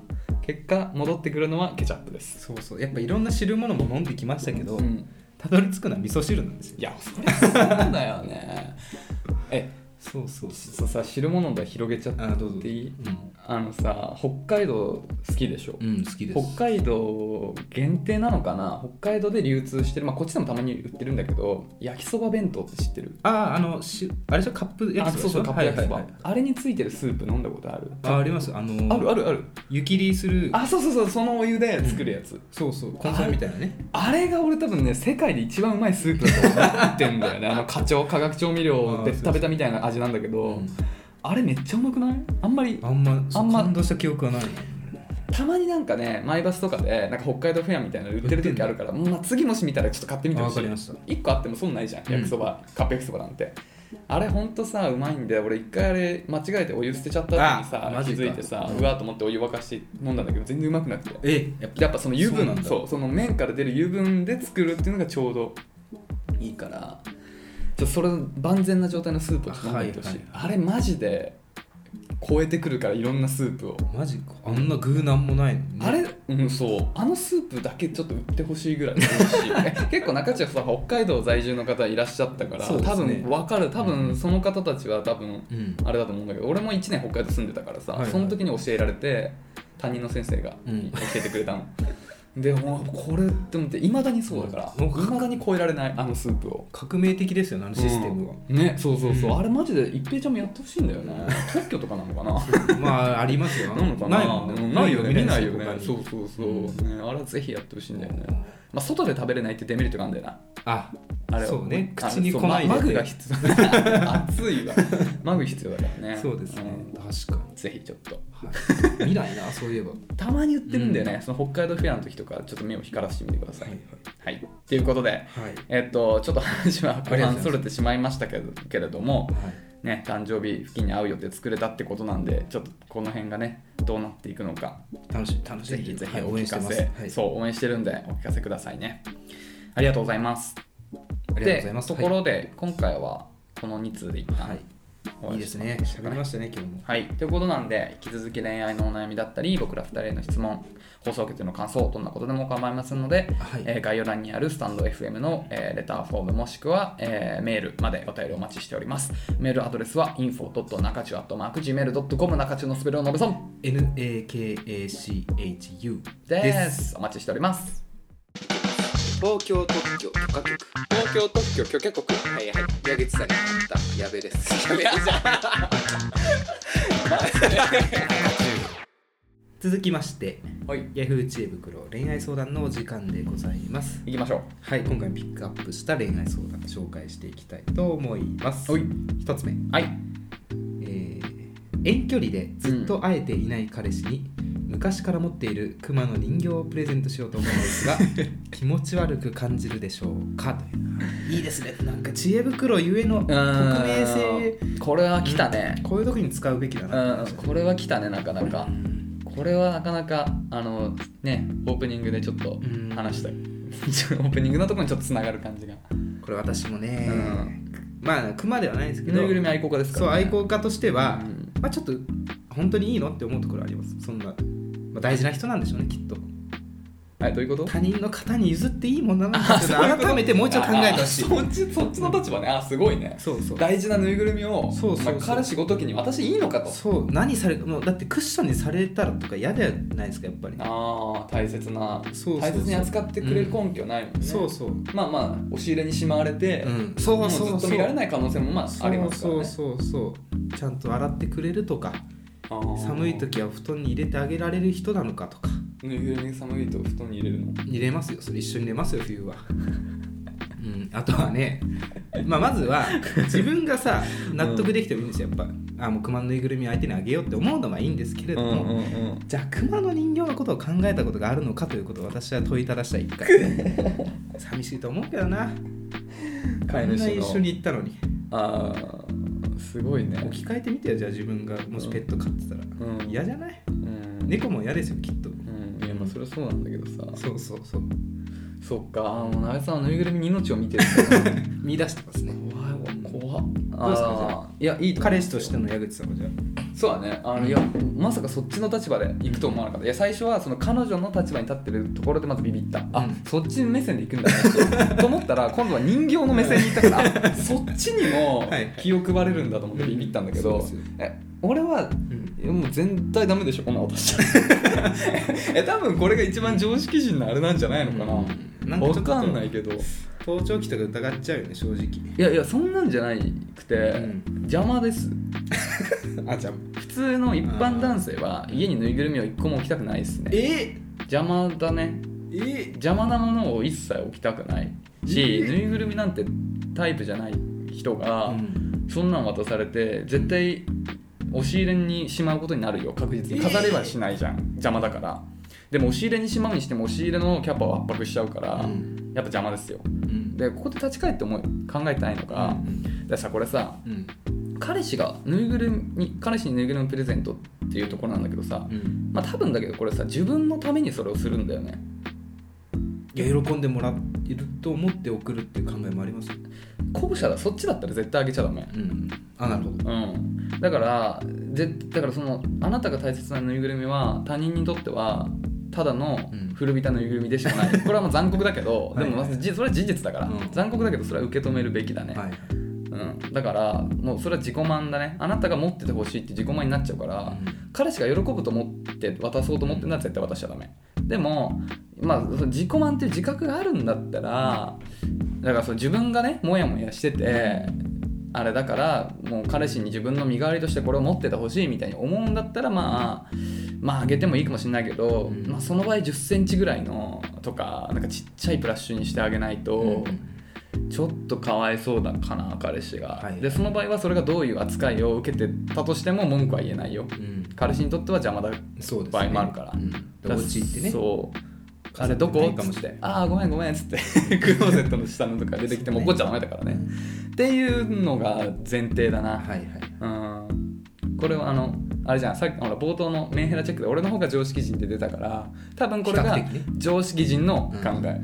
S2: 結果戻ってくるのはケチャップです、
S1: そうそうやっぱいろんな汁物も飲んできましたけど
S2: うん、
S1: たどり着くのは味噌汁なんですよ
S2: いやそりゃそうだよね え
S1: そうそうそ
S2: そうさ汁物と広げちゃっ
S1: あどうぞ
S2: ていい
S1: うん
S2: あのさ北海道好きでしょ、
S1: うん好きです
S2: 北海道限定なのかな北海道で流通してる、まあ、こっちでもたまに売ってるんだけど焼きそば弁当って知ってる
S1: あああのしあれでしょカップ焼
S2: あ
S1: きそば
S2: そうそうカップ焼きそば、
S1: はいはいはい
S2: あれについてるスープ飲んだことある
S1: あありますあの
S2: あるあるある
S1: 湯切りする
S2: あそうそうそうそのお湯で作るやつ、
S1: そうそうコンソメみたいなね
S2: あれが俺多分ね世界で一番うまいスープだと思ってん だよねあの課長化学調味料で食べたみたいな味なんだけど、あれめっちゃうまくないあんまり
S1: あんま
S2: あんま
S1: 感動した記憶はない
S2: たまになんかねマイバスとかでなんか北海道フェアみたいなの売ってる時あるから、まあ、次もし見たらちょっと買ってみてほ
S1: あわか
S2: しい
S1: りました
S2: 1個あっても損ないじゃん
S1: うん
S2: 焼きそば、カップ焼きそばなんてあれほんとさうまいんで俺一回あれ間違えてお湯捨てちゃった後に
S1: あマ
S2: さ気
S1: ジか
S2: づいてさうわーと思ってお湯沸かして飲んだんだけど全然うまくなくて
S1: えやっ
S2: やっぱその油
S1: そうなん
S2: 分
S1: だ
S2: そうその麺から出る油分で作るっていうのがちょうどいいからちょそれの万全な状態のスープをちょっと飲んでみてほしい、あれマジで超えてくるからいろんなスープを、
S1: マジかあんな具なんもないのにね
S2: あれうんそうあのスープだけちょっと売ってほしい ぐらい美味しいえ結構中地はさ北海道在住の方いらっしゃったから、
S1: そうで
S2: 多
S1: すね
S2: 分分かる多分その方たちは多分
S1: うん
S2: あれだと思うんだけど俺も1年北海道住んでたからさ、
S1: はいはい
S2: その時に教えられて担任の先生が
S1: うん
S2: 教えてくれたの、でもうこれって思っていまだにそうだから
S1: うん
S2: いまだに超えられないあのスープを
S1: 革命的ですよねあのシステムは、
S2: うんねそうそうそう、
S1: うん
S2: あれマジで一平ちゃんもやってほしいんだよね特許とかなのかな
S1: まあありますよ
S2: なのかな
S1: ないもんね
S2: うんないよね見ないよ
S1: 他
S2: ね
S1: に
S2: そうそうそう、
S1: うん
S2: ね、あれはぜひやってほしいんだよね、まあ、外で食べれないってデメリットがあるんだよ
S1: あ
S2: なあれは
S1: そうね
S2: あの
S1: 口に
S2: そう
S1: 来ないで
S2: ママグが必要 熱いわマグ必要だからね
S1: そうですね、
S2: ん
S1: 確か
S2: ぜひちょっと
S1: に、はい、見ないなそういえば
S2: たまに売ってるんだよね、その北海道フェアの時とかちょっと目を光らせてみてください。
S1: は
S2: はいいということで、
S1: はい
S2: えっと、ちょっと話は
S1: あ
S2: 後
S1: りがとうございま
S2: 半
S1: す
S2: それてしまいましたけどけれども、
S1: はい
S2: ね、誕生日付近に会う予定作れたってことなんでちょっとこの辺がねどうなっていくのか
S1: 楽しみ楽し
S2: ぜ
S1: み
S2: ひぜ
S1: は
S2: ひ
S1: い、
S2: お
S1: 応援
S2: 聞
S1: して
S2: か
S1: ます、
S2: せ、
S1: はい、
S2: そう応援してるんでお聞かせくださいね。ありがとうございます。
S1: ありがとうございます
S2: でところで、今回はこの2通で一旦
S1: はい、
S2: お
S1: いいで
S2: 会いし
S1: す
S2: まし
S1: ね
S2: ょうか
S1: 喋りましたね今日も
S2: はい、ということなんで引き続き恋愛のお悩みだったり僕ら2人への質問放送局の感想どんなことでも構いませんので、
S1: はい
S2: えー概要欄にあるスタンド FM の、えーレターフォームもしくは、えーメールまでお便りお待ちしておりますメールアドレスは info.nakachu.gmail.com 中中のすべるをのべそん
S1: NAKACHU
S2: ですお待ちしております
S3: 東京特許許可局東京特許許可局はいはい矢口さんにったやべですやべです
S1: 続きまして
S2: はい
S1: ヤフー知恵袋恋愛相談のお時間でございます
S2: 行きましょ
S1: はい今回ピックアップした恋愛相談紹介していきたいと思います
S2: うはい
S1: 一つ目、
S2: はい
S1: えー遠距離でずっと会えていない彼氏に、昔から持っているクマの人形をプレゼントしようと思います が気持ち悪く感じるでしょうかといういいですねなんか知恵袋ゆえの匿名性
S2: これは来たね
S1: こういう時に使うべきだ
S2: う
S1: なって
S2: ん、これは来たねなかなか、これはなかなかあのねオープニングでちょっと
S1: ん
S2: 話した、 オープニングのところにちょっとつながる感じが
S1: これ私もね、
S2: うん
S1: まあクマではないですけど
S2: ぬいぐるみ愛好家ですか
S1: そう
S2: ら、
S1: 愛好家としては、
S2: うん
S1: まあちょっと本当にいいのって思うところありますそんな、まあ、大事な人なんでしょうねきっと
S2: はいどういう こと
S1: 他人の方に譲っていいもんなのかっていうのを改めてもうちょっと考えてほしい
S2: あそっちそっちの立場ねあすごいね
S1: そうそう
S2: 大事なぬいぐるみを
S1: そうそうそう
S2: まあ彼氏ごときに私いいのかと
S1: そう何されもうだってクッションにされたらとか嫌じゃないですかやっぱり
S2: あー大切な
S1: そうそうそう
S2: 大切に扱ってくれる根拠ないもんね、
S1: そうそう、
S2: まあまあ押し入れにしまわれて、
S1: うん、そうそう
S2: も
S1: そう
S2: ずっと見られない可能性もまあありますから
S1: そ
S2: ね
S1: うそうそうそうちゃんと洗ってくれるとか
S2: あー
S1: 寒い時は布団に入れてあげられる人なのかとか
S2: ぬいぐるみ寒いと布団に入れるの
S1: 入れますよそれ一緒に入れますよ冬は うんあとはね、まあ、まずは自分がさ納得できてもいいんですよやっぱあもう熊のぬいぐるみ相手にあげようって思うのはいいんですけれども、
S2: んうん
S1: じゃあ熊の人形のことを考えたことがあるのかということを私は問いただしたい一回 寂しいと思うけどな
S2: 飼い主の
S1: あんな一緒に行ったのに
S2: あーすごいね
S1: 置き換えてみてよじゃあ自分がもしペット飼ってたら、
S2: うん
S1: 嫌じゃない
S2: うん
S1: 猫も嫌ですよきっと
S2: うんいやまあそれはそうなんだけどさ
S1: そうそうそう
S2: そっかもうなべさんはぬいぐるみに命を見てるから
S1: 見出してますね
S2: 怖いわ怖っ
S1: どうですかじゃあ
S2: あーいやいいと思う
S1: 彼氏としての矢口さんはじゃあ
S2: そうだねあのいやまさかそっちの立場で行くと思わなかったいや最初はその彼女の立場に立ってるところでまずビビった、
S1: う
S2: あ
S1: ん
S2: そっち目線で行くんだ なと思ったら今度は人形の目線に行ったからあそっちにも
S1: はいはい
S2: 気を配れるんだと思ってビビったんだけど、
S1: うんそうですよ
S2: え俺は
S1: うん
S2: いやもう全体ダメでしょこんなことしちゃ え多分これが一番常識人のあれなんじゃないのかな、わ
S1: うんなんかちょっと
S2: かんないけどい
S1: 盗聴器とか疑っちゃうよね正直
S2: やいやそんなんじゃないくて、
S1: うん
S2: 邪魔です
S1: あじゃあ
S2: 普通の一般男性は家にぬいぐるみを一個も置きたくないですね
S1: え
S2: 邪魔だね
S1: え
S2: 邪魔なものを一切置きたくないし、
S1: え
S2: ぬいぐるみなんてタイプじゃない人が、
S1: うん
S2: そんなん渡されて絶対押し入れにしまうことになるよ確実
S1: え
S2: に飾れはしないじゃん、邪魔だからでも押し入れにしまうにしても押し入れのキャパを圧迫しちゃうから、
S1: うん
S2: やっぱ邪魔ですよ
S1: うん
S2: でここで立ち返って思い考えてないの
S1: う
S2: が、
S1: ん
S2: でさこれさ
S1: うん
S2: 彼氏がぬいぐるみに彼氏にぬいぐるみプレゼントっていうところなんだけどさ
S1: うん
S2: まあ多分だけどこれさ自分のためにそれをするんだよね
S1: いや喜んでもらってると思って送るっていう考えもありますよ
S2: 後者だそっちだったら絶対あげちゃダメ
S1: うんあなるほど
S2: うんだからぜだからそのあなたが大切なぬいぐるみは他人にとってはただの
S1: うん
S2: 古びたぬいぐるみでしかない、 これはもう残酷だけど
S1: はい
S2: でもまずじそれは事実だから、
S1: うん
S2: 残酷だけどそれは受け止めるべきだね、
S1: はい
S2: うん、だからもうそれは自己満だねあなたが持っててほしいって自己満になっちゃうから、彼氏が喜ぶと思って渡そうと思ってんなら絶対渡しちゃダメでもまあその自己満っていう自覚があるんだったらだからその自分がねモヤモヤしててあれだからもう彼氏に自分の身代わりとしてこれを持っててほしいみたいに思うんだったらまあまああげてもいいかもしれないけど、
S1: うん
S2: まあ、その場合1 0ンチぐらいのとかなんかちっちゃいプラッシュにしてあげないと、ちょっとかわいそうだかな彼氏が、
S1: はい
S2: でその場合はそれがどういう扱いを受けてたとしても文句は言えないよ
S1: うん
S2: 彼氏にとっては邪魔だ
S1: そうです
S2: 場合もあるから
S1: うん、でお家行ってね
S2: そう
S1: 飾
S2: あれど
S1: って
S2: こ
S1: ないかもしれ
S2: つってああごめんごめんっつって クローゼットの下のとか出てきても怒っちゃダメだからねっていうのが前提だな、
S1: はいはい
S2: うんこれはあのあれじゃんさっきほら冒頭のメンヘラチェックで俺の方が常識人って出たから多分これが
S1: 比較的ね
S2: 常識人の考え、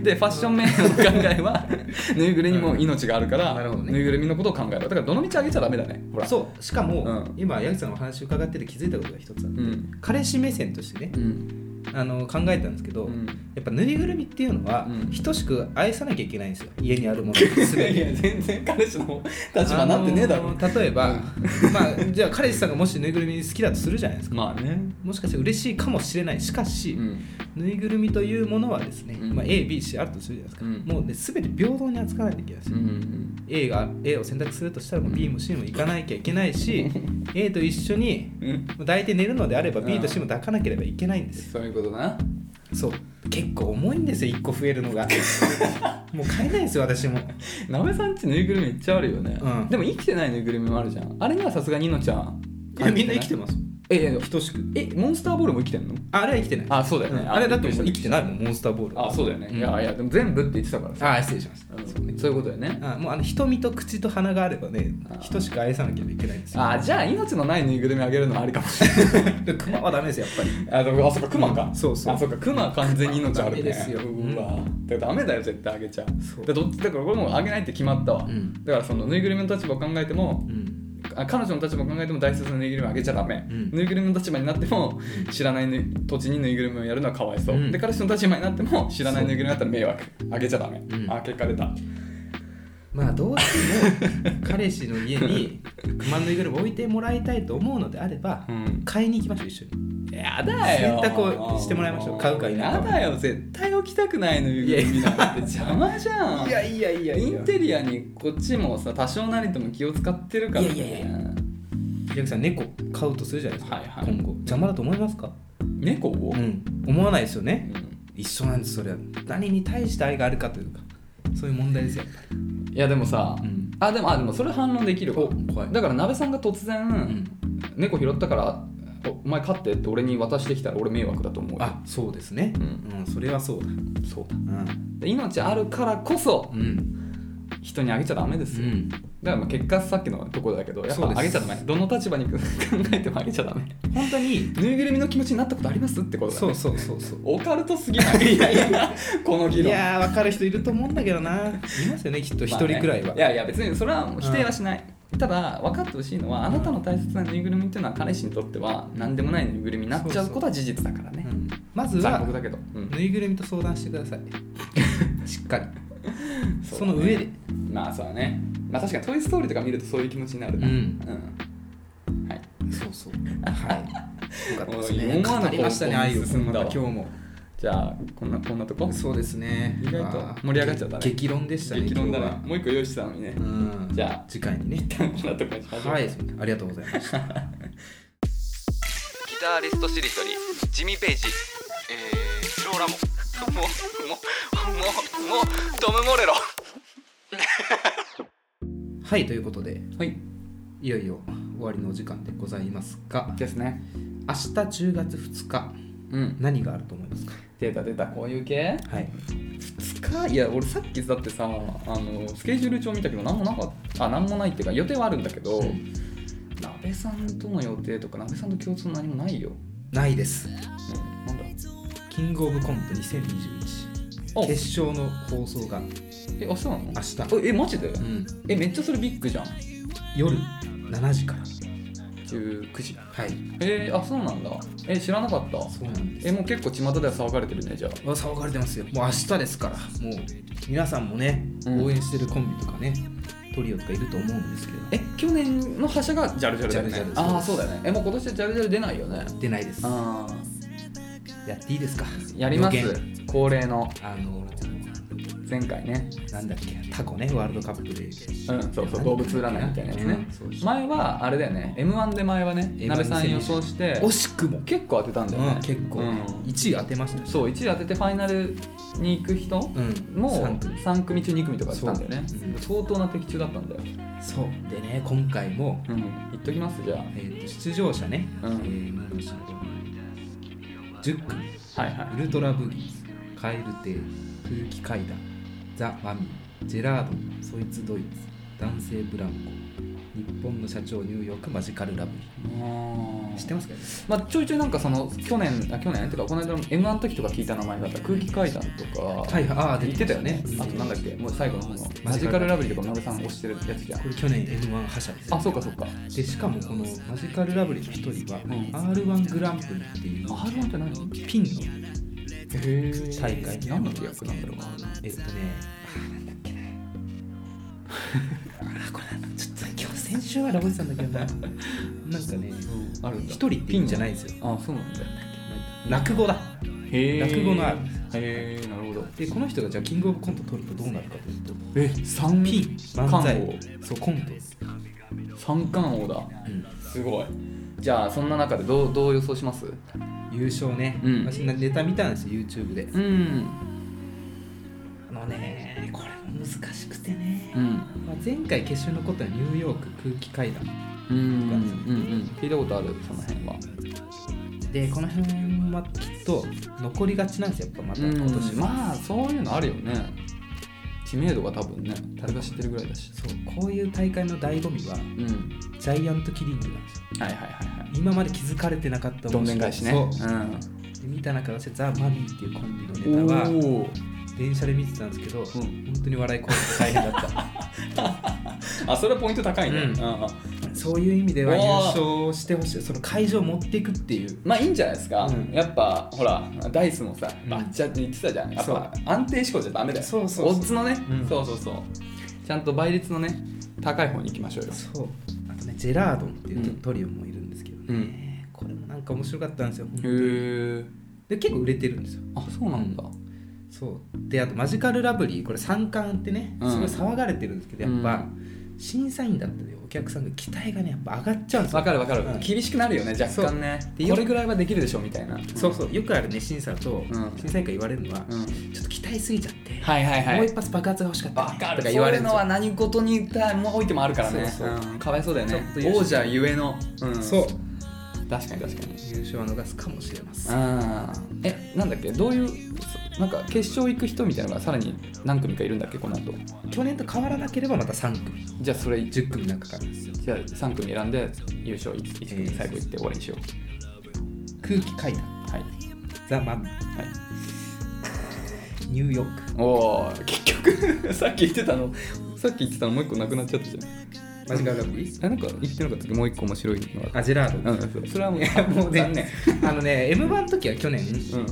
S2: でファッションメンヘラの考えは ぬいぐるみにも命があるから、
S1: なるほどね
S2: ぬいぐるみのことを考えるだからどの道あげちゃダメだねほら
S1: そうしかも、
S2: うん
S1: 今矢口さんのお話伺ってて気づいたことが一つあって、
S2: うん
S1: 彼氏目線としてね
S2: うん
S1: あの考えたんですけど、
S2: うん
S1: やっぱぬいぐるみっていうのは、
S2: うん
S1: 等しく愛さなきゃいけないんですよ家にあるものすべ
S2: い
S1: て
S2: や全然彼氏の 立場なってねえだろ、
S1: あのー例えば、まあじゃあ彼氏さんがもしぬいぐるみ好きだとするじゃないですか
S2: まあね
S1: もしかして嬉しいかもしれないしかし、
S2: うん
S1: ぬいぐるみというものはですね、
S2: うん
S1: まあ、ABC あるとするじゃないですか、
S2: うん
S1: もう、ね、全て平等に扱わないといけないんです
S2: う
S1: よ、
S2: ん
S1: A, が A を選択するとしたらもう B も C も行かなきゃいけない し A と一緒に
S2: うん
S1: 抱いて寝るのであれば
S2: うん
S1: B と C も抱かなければいけないんですよ
S2: そういうことだな
S1: そう結構重いんですよ1個増えるの がもう買えないんですよ私も
S2: なべさんちぬいぐるみめっちゃあるよね、
S1: うん
S2: でも生きてないぬいぐるみもあるじゃんあれにはさすがにのちゃん
S1: いやみんな生きてます
S2: えいやいや
S1: 等しく
S2: えモンスターボールも生きてんの
S1: あれは生きてない
S2: あそうだよね
S1: んあれだってもう生きてない
S2: い
S1: もんモンスターボール
S2: あそうだよね、
S1: うん
S2: いやいやでも全部って言ってたからさ
S1: あ失礼しました、
S2: うん
S1: そうね
S2: そういうことだよね
S1: あもうあの瞳と口と鼻があればね
S2: あー
S1: 等しく愛さなきゃいけないんですよ
S2: あじゃあ命のないぬいぐるみあげるのはありかもしれ ない
S1: でクマはダメですよやっぱり
S2: あでもあそっかクマか
S1: そうそう
S2: あそっかクマ完全に命あ
S1: ダ
S2: るね
S1: メですよ
S2: うわだからダメだよ絶対あげちゃう
S1: そう
S2: だからどっちだからこれもうあげないって決まったわ、
S1: うん
S2: だからそのぬいぐるみの立場を考えても
S1: うん
S2: あ彼女の立場を考えても大切なぬいぐるみをあげちゃダメ、
S1: うん
S2: ぬいぐるみの立場になっても
S1: うん
S2: 知らないぬい土地にぬいぐるみをやるのはかわいそう、
S1: うん
S2: で彼氏の立場になっても知らないぬいぐるみだったら迷惑あげちゃダメ、
S1: うん
S2: あ結果出た
S1: まあどうしても彼氏の家に熊のぬいぐるみ置いてもらいたいと思うのであれば
S2: うん
S1: 買いに行きましょう一緒に
S2: やだよ
S1: 選択をしてもらいましょう買うか否か
S2: やだよ絶対置きたくないぬいぐるみなんて邪魔じゃん
S1: いやいや
S2: インテリアにこっちもさ多少なりとも気を使ってるからね
S1: いやいやい八木さん猫飼うとするじゃないですか、
S2: はいはい
S1: 今後邪魔だと思いますか、
S2: 猫を、
S1: うん、思わないですよね
S2: う
S1: 一緒なんですそれは何に対して愛があるかというかそういう問題ですよやっぱり
S2: んいやでもさ、
S1: うん
S2: あでもあでもそれ反論できるわ
S1: お怖い
S2: だから鍋さんが突然、
S1: うん
S2: 猫拾ったからおお前飼ってって俺に渡してきたら俺迷惑だと思うよ
S1: あそうですね
S2: う
S1: うん、それはそうだ
S2: そうだ
S1: うん
S2: で命あるからこそ
S1: うん
S2: 人にあげちゃダメです
S1: う
S2: よ、
S1: ん
S2: だからまあ結果さっきのところだけどやっ
S1: そうで
S2: ぱ
S1: す
S2: あげちゃダメどの立場に 考えてもあげちゃダメ
S1: 本当に
S2: ぬいぐるみの気持ちになったことありますってことだ、
S1: そ
S2: ね、
S1: うそうそうそう
S2: オカルトすぎないいやいやこの議
S1: い
S2: 論
S1: やー分かる人いると思うんだけどないますよねきっと一
S2: まあ
S1: 人
S2: ね
S1: くらいは、
S2: いやいや別にそれはもう否定はしない、ただ分かってほしいのはあなたの大切なぬいぐるみっていうのは彼氏にとっては何でもないぬいぐるみになっちゃうことは事実だからね
S1: うんまず
S2: 残
S1: は
S2: 酷だけど、うん
S1: ぬいぐるみと相談してくださ いしっかりそ,、
S2: そうだね
S1: の上で
S2: まあそうだねまあ確かに「トイ・ストーリー」とか見るとそういう気持ちになるな
S1: うん
S2: うんはい
S1: そうそうはいよかったです
S2: もう
S1: ね
S2: 思わぬ
S1: 語りましたね
S2: 方向に
S1: 愛を
S2: 進んだわ
S1: 今日も
S2: じゃあこんなこんなとこ
S1: そうですね
S2: 意外と
S1: まあ
S2: 盛り上がっちゃったね
S1: 激激論でしたね
S2: 激論だ
S1: 今
S2: ねもう一個用意してたのにね
S1: 日はうん
S2: じゃあ
S1: 次回にね
S2: こんなとこにしましょう
S1: はいありがとうございました
S2: ギタリストしりとりジミー・ペイジえー、ローラモもうもうもうもうトム・モレロ
S1: はいということで
S2: はい
S1: いよいよ終わりのお時間でございますが
S2: ですね
S1: 明日10月2日
S2: うん
S1: 何があると思いますか
S2: 出た出たこういう系
S1: はい
S2: 2日いや俺さっきだってさあのスケジュール帳見たけど何もなかったあ何もないっていうか予定はあるんだけど、
S1: うん
S2: 鍋さんとの予定とか鍋さんと共通の何もないよ、
S1: ないです
S2: うん、なんだ
S1: キングオブコント2021
S2: あ
S1: 決勝の放送が
S2: え明日なの
S1: 明日
S2: ええマジで
S1: うん
S2: えめっちゃそれビッグじゃん
S1: 夜7時から
S2: 19時
S1: はい
S2: えー、あそうなんだえ知らなかった
S1: そうなんです
S2: えもう結構巷では騒がれてるねじゃあ
S1: わ騒がれてますよもう明日ですからもう皆さんもね
S2: うん
S1: 応援してるコンビとかね、トリオとかいると思うんですけど
S2: え去年の覇者がジャルジャルだよね
S1: ジャルジャル
S2: ああそうだよねえもう今年はジャルジャル出ないよね
S1: 出ないです
S2: ああ
S1: やっていいですか
S2: やります
S1: 予言
S2: 恒例の
S1: あの
S2: 前回ね
S1: なんだっけタコねワールドカップで
S2: うんそうそう動物占いみたいなやつね
S1: うんそう
S2: 前はあれだよね m 1で前はね
S1: M1
S2: 鍋さん予想して
S1: 惜しくも、
S2: 結構当てたんだよ
S1: う
S2: ね
S1: ん、結構、
S2: うん
S1: 1位当てましたし
S2: そう1位当ててファイナルに行く人
S1: うん
S2: も
S1: 三組
S2: 3組中2組とかやってたんだよね
S1: そううん
S2: 相当な的中だったんだよ
S1: そうでね今回も、
S2: うん言っときますじゃ
S1: えーと出場者ね、
S2: うん
S1: えー何でしたっけ10組
S2: あはいは
S1: ウルトラブギーズ、カエルテ空気階段、ザ・マミィ、ジェラードン、そいつドイツ、男性ブランコ、日本の社長ニューヨークマジカルラブリー。
S2: い
S1: 知ってますか
S2: まあ、ちょいちょいなんかその去年あ去年てかこの間の m 1の時とか聞いた名前だった空気階段とか、
S1: はいはい、ああ、
S2: 言ってたよね、
S1: うん
S2: あとなんだっけもう最後の方の
S1: マ
S2: マ
S1: ジ
S2: ジ
S1: カ
S2: カ
S1: ル
S2: ル
S1: ラブ
S2: ラブ
S1: リー
S2: リーとか鍋さん推してるやつじゃ
S1: こ
S2: ん
S1: れ去年 M1 覇者です。
S2: あそうかそうか
S1: で、しかもこのマジカルラブリーの一人は、
S2: ん
S1: R1 グランプリっていう
S2: R1 って何
S1: ピンの、
S2: へえ
S1: 大会
S2: 何の役なんだろう
S1: えっとね、あーなんだっけな。 あーこれちょっと今日先週はラボイさんだけどな。なんかね、
S2: あるんだ
S1: 一人っていうんじゃないんですよ。
S2: あそうなんだ
S1: 落語だ
S2: へ
S1: 落語のある
S2: へえなるほど
S1: でこの人がじゃあキングオブコント取るとどうなるかというと
S2: え3
S1: ピン漫才そうコント
S2: 三冠王だ
S1: うん
S2: すごいじゃあそんな中でどうどう予想します
S1: 優勝ね、
S2: うん
S1: 私ネタ見たんですよ YouTube で
S2: うん
S1: あのねこれも難しくてね、
S2: うん
S1: まあ、前回決勝に残ったのはニューヨーク空気階段
S2: うんうんうん聞いたことあるその辺は
S1: でこの辺はきっと残りがちなんですよやっぱまた
S2: うん
S1: 今年は
S2: まあそういうのあるよね知名度が多分ね誰が知ってるぐらいだし
S1: そうこういう大会の醍醐味は
S2: うん
S1: ジャイアントキリングなんですよ
S2: はいはいはいはい
S1: 今まで気づかれてなかった
S2: どん
S1: 面白
S2: でん
S1: い
S2: 返しね
S1: そう
S2: うん
S1: で見た中で私はザ・マミィっていうコンビのネタは
S2: おー
S1: 電車で見てたんですけど、本当に笑い声が大変だっ
S2: あそれはポイント高いね、
S1: うん
S2: ああ
S1: た そういう意味では
S2: おー
S1: 優勝してほしいその会場を持っていくっていう
S2: まあいいんじゃないですか、
S1: うん
S2: やっぱほらダイスもさ
S1: うん
S2: バッチャって言ってたじゃん、やっ
S1: そう
S2: ぱ安定志向じゃダメだよ
S1: そうそうそう
S2: オッズのね、
S1: うん
S2: そうそうそうちゃんと倍率のね高い方に行きましょうよ
S1: そうあとねジェラードンっていう
S2: うん
S1: トリオもいるんですけどね、
S2: うん
S1: これもなんか面白かったんですよ本当に
S2: へえ
S1: で結構売れてるんですよ
S2: あそうなんだ
S1: そうであとマジカルラブリーこれ三冠ってね
S2: うん
S1: すごい騒がれてるんですけど、やっ
S2: う
S1: ぱ審査員だったりお客さんの期待がねやっぱ上がっちゃうんですよ
S2: わかるわかる、
S1: うん
S2: 厳しくなるよね若干ね
S1: そう
S2: これぐらいはできるでしょみたいな
S1: そうそうよくあるね審査だと、
S2: うん
S1: 審査員から言われるのは、
S2: うん、
S1: ちょっと期待すぎちゃって、
S2: はいはいは
S1: もう
S2: い
S1: 一発爆発が欲しかった
S2: わ
S1: ね
S2: か
S1: と
S2: る
S1: か
S2: そう
S1: 言われる
S2: いうん
S1: ですよ
S2: のは何事に対もおいてもあるからね
S1: そうそうん
S2: かわいそうだよね
S1: ちょっと優勝
S2: 王者ゆえの、うん、
S1: そう
S2: 確かに確かに
S1: 優勝は逃すかもしれません
S2: あーえなんだっけどういうそなんか決勝行く人みたいなのがさらに何組かいるんだっけこの後
S1: 去年と変わらなければまた3組
S2: じゃあそれじ
S1: 10組の中からですよ
S2: ゃあ3組選んで優勝 1, 組最後行って終わりにしよう
S1: 空気階段
S2: はい、
S1: ザ・マミ
S2: はい、
S1: ニューヨーク
S2: おお結局 さっき言ってたのさっき言ってたのもう一個なくなっちゃったじゃん
S1: マジカルラブリー
S2: あなんか言ってなかったっけもう一個面白いのが
S1: アジェラー
S2: う
S1: ド、
S2: んそうそれは も
S1: いや
S2: う
S1: もうね
S2: 残念
S1: あのね m 1の時は去年
S2: うん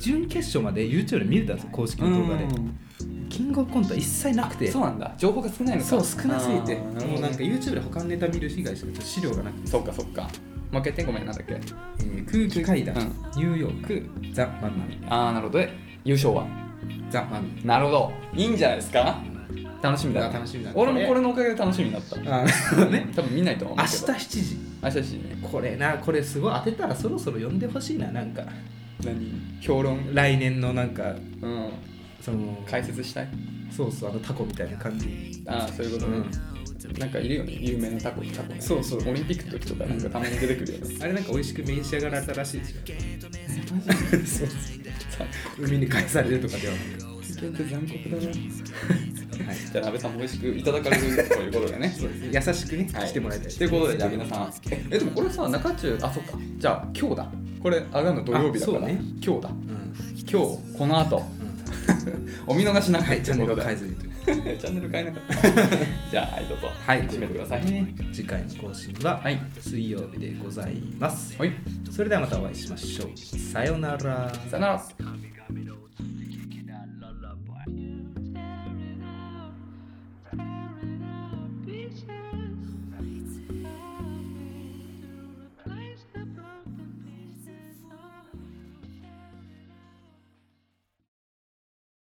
S1: 準決勝まで YouTube で見れたんですよ公式の動画でキングオブコントは一切なくて
S2: そうなんだ情報が少ないのか
S1: そう少なすぎて
S2: あーるほど
S1: もうなんか YouTube で他のネタ見る以外しか資料がなくて、
S2: そっかそっかもう一回言ってごめんなんだっけ
S1: えー空気階段、
S2: うん
S1: ニューヨークザ・マミ
S2: ああなるほどで優勝は
S1: ザ・マミ
S2: なるほどいいんじゃないですか楽しみだ
S1: あ楽しみだ
S2: 俺もこれのおかげで楽しみになった
S1: あーね
S2: 多分見ないと思う
S1: 明
S2: け
S1: 日
S2: ど
S1: 7時
S2: 明日明日しね
S1: これなこれすごい当てたらそろそろ呼んでほしいななんか
S2: 何評論
S1: 来年のなんか
S2: うん
S1: その
S2: 解説したい
S1: そうそうあのタコみたいな感じ
S2: ああそういうことね、なんかいるよね有名なタコタコ、ね、
S1: そうそう
S2: オリンピックの時とかなんかたまに出てくるよね
S1: あれなんか美味しく召し上がられたらしいですよそう 海に返されるとかではなく
S2: 残酷だな
S1: はい
S2: じゃあ安倍さんも美味しくいただかれるということ でね
S1: 優しくね、
S2: はい
S1: してもらいたい
S2: ということでじゃあ皆さんええでもこれさ中中あそっかじゃあ今日だこれ上がるの土曜日だか
S1: あそ
S2: ら、
S1: うね
S2: 今日だ
S1: うん
S2: 今日この後お見逃しなく
S1: は
S2: とい
S1: い、
S2: う
S1: チャンネ
S2: こ
S1: ル
S2: と
S1: を
S2: で
S1: 変えずにというこ
S2: チャンネル変えなかった。じゃあ、はい、どうぞ。
S1: とはい、
S2: 締めてください。
S1: ね次回の更新は
S2: はい
S1: 水曜日でございます。
S2: はい、
S1: それではまたお会いしましょう。さようなら。
S2: さよなら。